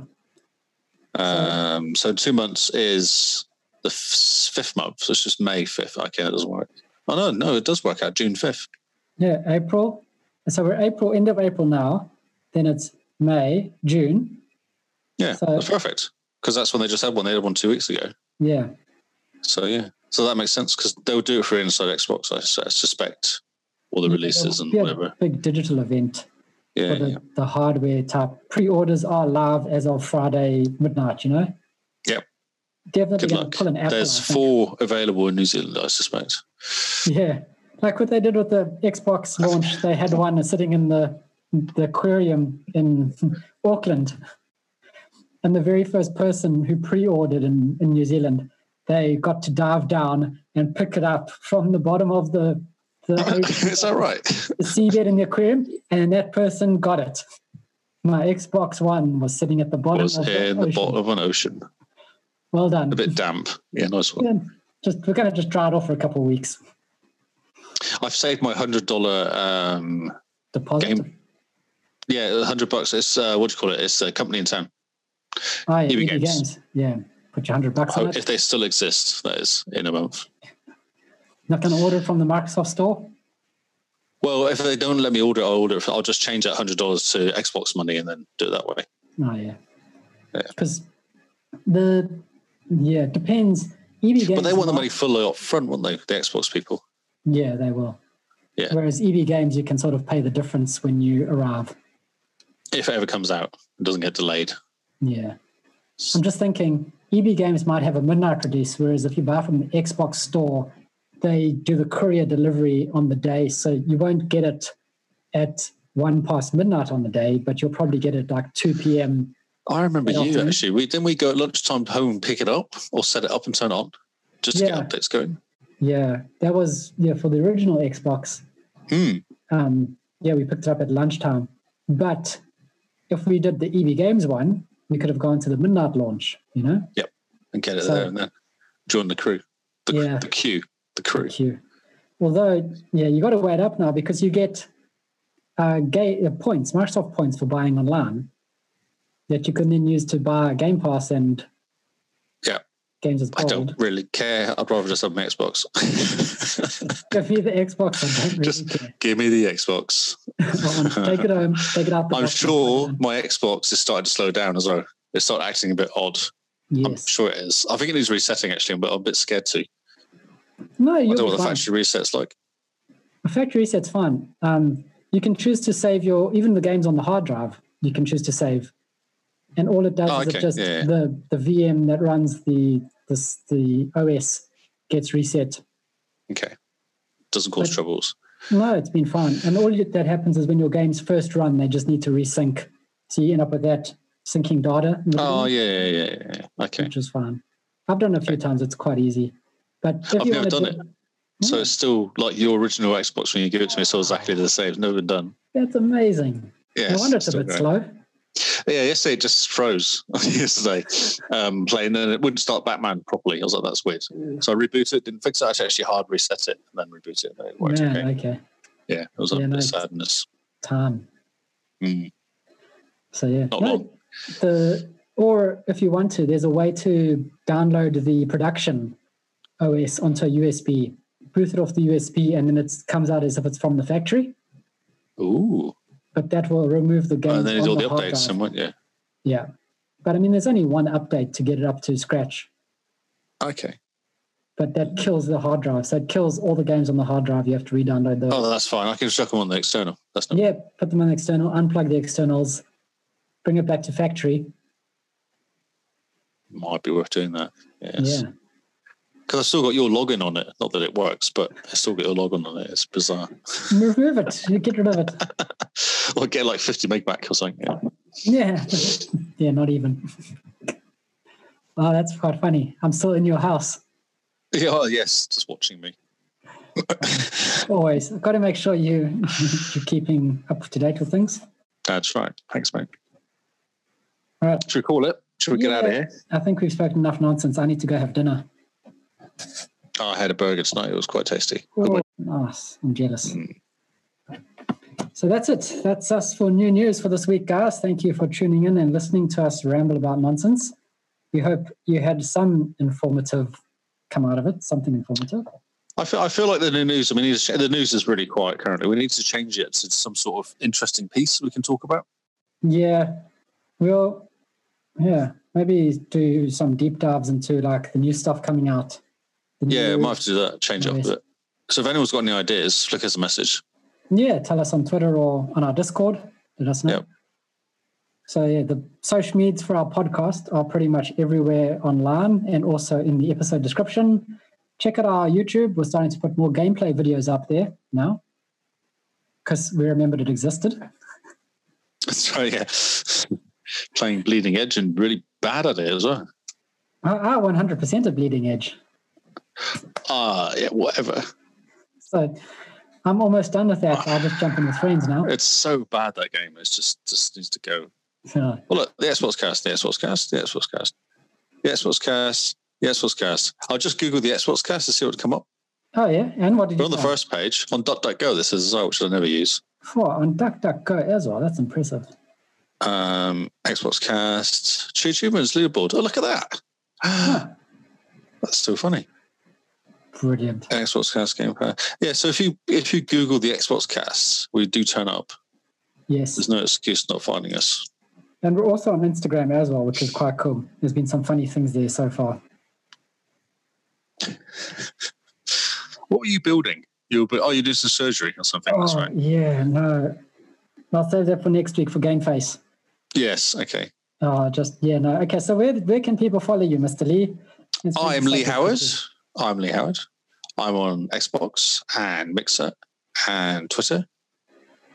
[SPEAKER 1] Um, so two months is the f- fifth month. So it's just May 5th. Okay, that doesn't work. Oh, no, no, it does work out June 5th.
[SPEAKER 2] yeah. April. So we're April, end of April now. Then it's May, June.
[SPEAKER 1] Yeah,
[SPEAKER 2] So-
[SPEAKER 1] that's perfect. Because that's when they just had one. They had one two weeks ago.
[SPEAKER 2] Yeah,
[SPEAKER 1] So, yeah. So that makes sense because they'll do it for inside Xbox, I, su- I suspect, all the releases and
[SPEAKER 2] Be a
[SPEAKER 1] whatever.
[SPEAKER 2] Big digital event.
[SPEAKER 1] Yeah,
[SPEAKER 2] for the,
[SPEAKER 1] yeah.
[SPEAKER 2] the hardware type. Pre-orders are live as of Friday midnight. You know.
[SPEAKER 1] Yep.
[SPEAKER 2] Definitely
[SPEAKER 1] Good
[SPEAKER 2] going
[SPEAKER 1] luck.
[SPEAKER 2] to pull an Apple.
[SPEAKER 1] There's
[SPEAKER 2] I think.
[SPEAKER 1] four available in New Zealand, I suspect.
[SPEAKER 2] Yeah, like what they did with the Xbox launch. They had one sitting in the the aquarium in Auckland, and the very first person who pre-ordered in, in New Zealand, they got to dive down and pick it up from the bottom of the the,
[SPEAKER 1] Is that right?
[SPEAKER 2] the seabed in the aquarium, and that person got it. My Xbox One was sitting at the bottom
[SPEAKER 1] was
[SPEAKER 2] of the
[SPEAKER 1] in the
[SPEAKER 2] ocean.
[SPEAKER 1] bottom of an ocean.
[SPEAKER 2] Well done.
[SPEAKER 1] A bit damp. Yeah, nice one.
[SPEAKER 2] Yeah, Just we're gonna just dry it off for a couple of weeks.
[SPEAKER 1] I've saved my hundred dollar. Um,
[SPEAKER 2] Deposit.
[SPEAKER 1] Game- yeah, hundred bucks. It's uh, what do you call it? It's a company in town.
[SPEAKER 2] Oh, yeah,
[SPEAKER 1] EB
[SPEAKER 2] EB
[SPEAKER 1] Games.
[SPEAKER 2] games. Yeah, put your hundred bucks
[SPEAKER 1] Oh,
[SPEAKER 2] on it.
[SPEAKER 1] if they still exist, that is in a month.
[SPEAKER 2] Not gonna order it from the Microsoft store.
[SPEAKER 1] Well, if they don't let me order, I'll order. it. I'll just change that hundred dollars to Xbox money and then do it that way.
[SPEAKER 2] Oh yeah,
[SPEAKER 1] Yeah.
[SPEAKER 2] because the yeah it depends. EB games.
[SPEAKER 1] But they want the
[SPEAKER 2] are-
[SPEAKER 1] money fully up front, won't they? The Xbox people.
[SPEAKER 2] Yeah, they will.
[SPEAKER 1] Yeah.
[SPEAKER 2] Whereas EB games, you can sort of pay the difference when you arrive.
[SPEAKER 1] If it ever comes out, it doesn't get delayed.
[SPEAKER 2] Yeah. I'm just thinking EB games might have a midnight release, whereas if you buy from the Xbox store, they do the courier delivery on the day. So you won't get it at one past midnight on the day, but you'll probably get it like 2 p.m.
[SPEAKER 1] I remember
[SPEAKER 2] Good
[SPEAKER 1] you
[SPEAKER 2] afternoon.
[SPEAKER 1] actually. We didn't we go at lunchtime home and pick it up or set it up and turn it on just to
[SPEAKER 2] Yeah.
[SPEAKER 1] get updates going.
[SPEAKER 2] Yeah. That was, yeah, for the original Xbox.
[SPEAKER 1] Hmm.
[SPEAKER 2] Um, yeah, we picked it up at lunchtime. But if we did the EB games one, we could have gone to the midnight launch, you know?
[SPEAKER 1] and get it
[SPEAKER 2] So-
[SPEAKER 1] there and then join the crew, the,
[SPEAKER 2] Yeah.
[SPEAKER 1] the queue, the crew.
[SPEAKER 2] Thank you. Although, yeah, you got to wait up now because you get uh, ga- uh, points, Microsoft points for buying online that you can then use to buy Game Pass and
[SPEAKER 1] Yeah.
[SPEAKER 2] games as
[SPEAKER 1] I don't
[SPEAKER 2] gold.
[SPEAKER 1] really care. I'd rather just have my Xbox.
[SPEAKER 2] If you're the Xbox, I don't really
[SPEAKER 1] Just-
[SPEAKER 2] care.
[SPEAKER 1] Give me the Xbox.
[SPEAKER 2] Come on, take it home, take it out. The box
[SPEAKER 1] I'm
[SPEAKER 2] and
[SPEAKER 1] sure
[SPEAKER 2] put it
[SPEAKER 1] my Xbox is starting to slow down as well. It's started acting a bit odd.
[SPEAKER 2] in.
[SPEAKER 1] I'm
[SPEAKER 2] yes.
[SPEAKER 1] sure it is. I think it needs resetting actually, but I'm a bit scared to.
[SPEAKER 2] No,
[SPEAKER 1] I
[SPEAKER 2] you'll be
[SPEAKER 1] don't know what the
[SPEAKER 2] fine.
[SPEAKER 1] factory reset's like.
[SPEAKER 2] A factory reset's fine. Um, you can choose to save your even the games on the hard drive. You can choose to save, and all it does
[SPEAKER 1] Oh,
[SPEAKER 2] is
[SPEAKER 1] okay.
[SPEAKER 2] it just
[SPEAKER 1] Yeah, yeah.
[SPEAKER 2] the the VM that runs the this the OS gets reset.
[SPEAKER 1] Okay. Doesn't cause
[SPEAKER 2] But-
[SPEAKER 1] troubles.
[SPEAKER 2] No, it's been fine. And all you- that happens is when your games first run, they just need to resync. So you end up with that syncing data, in the
[SPEAKER 1] Oh,
[SPEAKER 2] beginning,
[SPEAKER 1] yeah, yeah, yeah, yeah, yeah. Okay.
[SPEAKER 2] which is fine. I've done it a few times. It's quite easy. But if
[SPEAKER 1] I've
[SPEAKER 2] you
[SPEAKER 1] never
[SPEAKER 2] wanna
[SPEAKER 1] done
[SPEAKER 2] do- Hmm?
[SPEAKER 1] it. So it's still like your original Xbox when you give it to me. It's still exactly the same. It's never been done.
[SPEAKER 2] That's amazing.
[SPEAKER 1] Yeah,
[SPEAKER 2] no
[SPEAKER 1] it's
[SPEAKER 2] wonder it's a
[SPEAKER 1] still
[SPEAKER 2] bit
[SPEAKER 1] going.
[SPEAKER 2] slow.
[SPEAKER 1] Yeah, yesterday it just froze yesterday um, playing, and it wouldn't start Batman properly. I was like, that's weird. So I rebooted it, didn't fix it. I actually hard reset it and then rebooted it. and It worked
[SPEAKER 2] Man,
[SPEAKER 1] okay.
[SPEAKER 2] okay.
[SPEAKER 1] Yeah, it was a
[SPEAKER 2] Yeah,
[SPEAKER 1] bit of
[SPEAKER 2] nice.
[SPEAKER 1] sadness.
[SPEAKER 2] Time.
[SPEAKER 1] Mm.
[SPEAKER 2] So yeah,
[SPEAKER 1] Not long.
[SPEAKER 2] The or if you want to, there's a way to download the production OS onto a USB, boot it off the USB, and then it comes out as if it's from the factory.
[SPEAKER 1] Ooh.
[SPEAKER 2] But that will remove the game.
[SPEAKER 1] Oh, And then it's all the,
[SPEAKER 2] hard
[SPEAKER 1] updates
[SPEAKER 2] drive.
[SPEAKER 1] and what? Yeah.
[SPEAKER 2] Yeah, but I mean, there's only one update to get it up to scratch,
[SPEAKER 1] Okay.
[SPEAKER 2] but that kills the hard drive. So it kills all the games on the hard drive. You have to re-download those.
[SPEAKER 1] Oh, that's fine. I can chuck them on the external. That's not.
[SPEAKER 2] Yeah, put them on the external, unplug the externals, bring it back to factory.
[SPEAKER 1] Might be worth doing that. Yes.
[SPEAKER 2] Yeah.
[SPEAKER 1] Because I've still got your login on it. Not that it works, but I still get your login on it. It's bizarre.
[SPEAKER 2] Remove it. You get rid of it.
[SPEAKER 1] or get like 50 meg back or something. Yeah.
[SPEAKER 2] Yeah. yeah, not even. Oh, that's quite funny. I'm still in your house.
[SPEAKER 1] yeah oh, yes. Just watching me.
[SPEAKER 2] Always. I've got to make sure you you're keeping up to date with things.
[SPEAKER 1] That's right. Thanks, mate.
[SPEAKER 2] All right.
[SPEAKER 1] Should we call it? Should we get out of
[SPEAKER 2] Yeah.
[SPEAKER 1] here?
[SPEAKER 2] I think we've spoken enough nonsense. I need to go have dinner.
[SPEAKER 1] Oh, I had a burger tonight. It was quite tasty. Good
[SPEAKER 2] Oh,
[SPEAKER 1] one. Hmm.
[SPEAKER 2] nice. I'm jealous. So that's it. That's us for new news for this week, guys. Thank you for tuning in and listening to us ramble about nonsense. We hope you had some informative come out of it, something informative.
[SPEAKER 1] I feel, I feel like the new news. I mean, the news is really quiet currently. We need to change it to some sort of interesting piece we can talk about.
[SPEAKER 2] Yeah. We'll, yeah, maybe do some deep dives into like the new stuff coming out. The
[SPEAKER 1] Yeah,
[SPEAKER 2] new-
[SPEAKER 1] might have to do that. Change it up a
[SPEAKER 2] Nice.
[SPEAKER 1] bit. So if anyone's got any ideas, flick us a message.
[SPEAKER 2] yeah, tell us on Twitter or on our Discord. Let us know.
[SPEAKER 1] Yep.
[SPEAKER 2] So, yeah, the social medias for our podcast are pretty much everywhere online and also in the episode description. Check out our YouTube. We're starting to put more gameplay videos up there now because we remembered it existed.
[SPEAKER 1] So yeah, playing Bleeding Edge and really bad at it as well.
[SPEAKER 2] I, I 100% a bleeding edge.
[SPEAKER 1] Ah, yeah, whatever.
[SPEAKER 2] So, I'm almost done with that. I'll just jump in with friends now.
[SPEAKER 1] It's so bad that game. It's just just needs to go.
[SPEAKER 2] So,
[SPEAKER 1] Well, look, the Xbox Cast, the Xbox Cast, the Xbox Cast, the Xbox Cast, the Xbox Cast. I'll just Google the Xbox Cast to see what would come up.
[SPEAKER 2] oh, yeah. And what did
[SPEAKER 1] We're
[SPEAKER 2] you
[SPEAKER 1] on the
[SPEAKER 2] find?
[SPEAKER 1] first page on DuckDuckGo. This is as well, which I never use.
[SPEAKER 2] Four on DuckDuckGo as well. That's impressive.
[SPEAKER 1] um, Xbox Cast, TrueTubers leaderboard. Oh, look at that.
[SPEAKER 2] Huh.
[SPEAKER 1] That's so funny.
[SPEAKER 2] Brilliant.
[SPEAKER 1] Xbox Cast Game Pass. Yeah, so if you if you Google the Xbox Cast, we do turn up.
[SPEAKER 2] Yes.
[SPEAKER 1] There's no excuse not finding us.
[SPEAKER 2] And we're also on Instagram as well, which is quite cool. There's been some funny things there so far.
[SPEAKER 1] What were you building? You were, bu- oh, you did some surgery or something. That's
[SPEAKER 2] oh,
[SPEAKER 1] right.
[SPEAKER 2] yeah, no. I'll save that for next week for Game Face.
[SPEAKER 1] Yes. Okay.
[SPEAKER 2] Oh, just, yeah, no. Okay, so where, where can people follow you, Mr. Lee? It's been
[SPEAKER 1] I'm
[SPEAKER 2] such
[SPEAKER 1] Lee
[SPEAKER 2] a pleasure.
[SPEAKER 1] Howard. I'm Lee Howard. I'm on Xbox and Mixer and Twitter.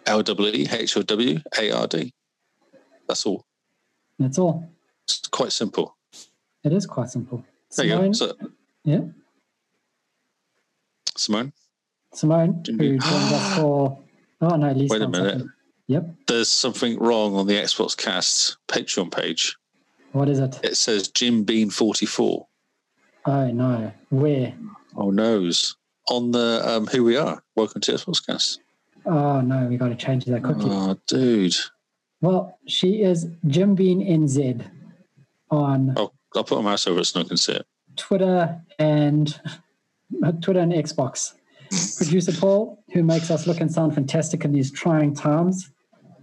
[SPEAKER 1] L W E H O W A R D. That's all.
[SPEAKER 2] That's all.
[SPEAKER 1] It's quite simple.
[SPEAKER 2] It is quite simple.
[SPEAKER 1] There you go.
[SPEAKER 2] Simone,
[SPEAKER 1] So,
[SPEAKER 2] yeah,
[SPEAKER 1] Simone,
[SPEAKER 2] Simone,
[SPEAKER 1] Didn't
[SPEAKER 2] who
[SPEAKER 1] you-
[SPEAKER 2] joined us for. Oh, no, Lee's
[SPEAKER 1] Wait a
[SPEAKER 2] done
[SPEAKER 1] minute.
[SPEAKER 2] something. Yep.
[SPEAKER 1] there's something wrong on the Xbox Cast Patreon page.
[SPEAKER 2] What is it?
[SPEAKER 1] It says Jim Bean 44.
[SPEAKER 2] Oh, no. Where?
[SPEAKER 1] Oh, noes. On the um, who we are. Welcome to Xbox Cast.
[SPEAKER 2] Oh, no, we got to change that quickly.
[SPEAKER 1] Oh, dude.
[SPEAKER 2] Well, she is Jim Bean NZ on
[SPEAKER 1] I'll, I'll put a mouse over it so no one can see it.
[SPEAKER 2] Twitter and Twitter and Xbox. Producer Paul, who makes us look and sound fantastic in these trying times,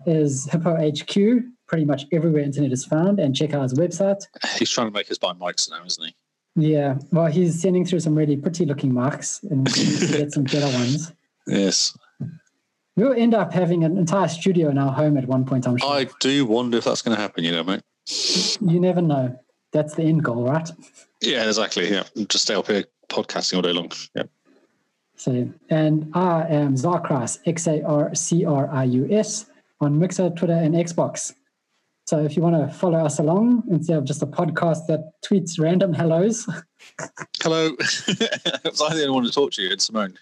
[SPEAKER 2] is Hippo HQ, pretty much everywhere internet is found, and check out his website.
[SPEAKER 1] He's trying to make us buy mics now, isn't he?
[SPEAKER 2] Yeah, well, he's sending through some really pretty looking marks and we need to get some better ones.
[SPEAKER 1] Yes.
[SPEAKER 2] We'll end up having an entire studio in our home at one point, I'm sure.
[SPEAKER 1] I do wonder if that's going to happen, you know, mate.
[SPEAKER 2] You never know. That's the end goal, right?
[SPEAKER 1] Yeah, exactly. Yeah. Just stay up here podcasting all day long. Yeah.
[SPEAKER 2] So, and I am Zarkrius, X A R C R I U S, on Mixer, Twitter, and Xbox. So if you want to follow us along instead of just a podcast that tweets random hellos,
[SPEAKER 1] Hello. was I the only one to talk to you? It's Simone.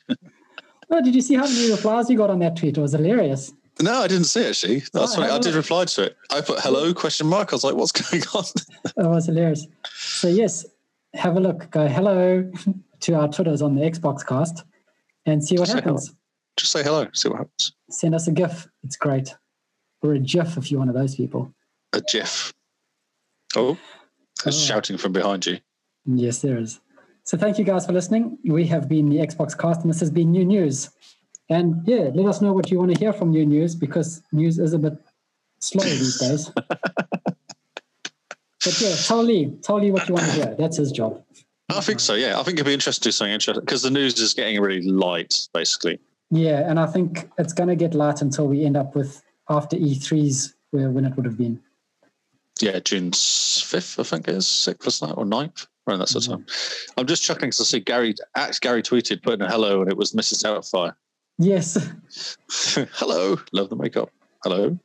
[SPEAKER 2] oh, did you see how many replies you got on that tweet? It was hilarious.
[SPEAKER 1] No, I didn't see it, actually. That's
[SPEAKER 2] Oh,
[SPEAKER 1] funny. I
[SPEAKER 2] hello.
[SPEAKER 1] did reply to it. I put hello question mark. I was like, what's going on?
[SPEAKER 2] It was hilarious. So yes, have a look. Go hello to our Twitters on the Xbox Cast, and see what
[SPEAKER 1] Say hello.
[SPEAKER 2] happens.
[SPEAKER 1] Just say hello, see what happens.
[SPEAKER 2] Send us a GIF. It's great, or a GIF if you're one of those people.
[SPEAKER 1] A GIF. Oh, there's
[SPEAKER 2] Oh.
[SPEAKER 1] shouting from behind you.
[SPEAKER 2] Yes, there is. So thank you guys for listening. We have been the Xbox Cast, and this has been new news. And yeah, let us know what you want to hear from new news because news is a bit slow these days. but yeah, tell Lee, tell Lee what you want to hear. That's his job.
[SPEAKER 1] I think so, yeah. I think it'd be interesting to do something interesting because the news is getting really light, basically.
[SPEAKER 2] Yeah, and I think it's going to get light until we end up with after E3's where when it would have been.
[SPEAKER 1] Yeah, June 5th, I think it is, 6th, isn't it? Or 9th? Around that sort of time. I'm just chuckling because I see Gary, at Gary tweeted, putting a hello, and it was Mrs. Doubtfire.
[SPEAKER 2] Yes,
[SPEAKER 1] hello. Love the makeup. Hello.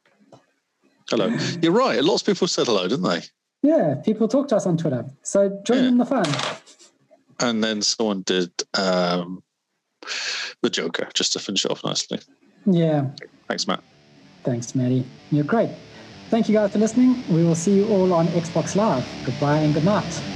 [SPEAKER 1] Hello. You're right. Lots of people said hello, didn't they?
[SPEAKER 2] yeah, people talk to us on Twitter, so join
[SPEAKER 1] Yeah.
[SPEAKER 2] in the fun.
[SPEAKER 1] And then someone did um, the Joker, just to finish it off nicely.
[SPEAKER 2] Yeah,
[SPEAKER 1] Thanks, Matt.
[SPEAKER 2] Thanks, Maddie. You're great. Thank you guys for listening. We will see you all on Xbox Live. Goodbye and good night.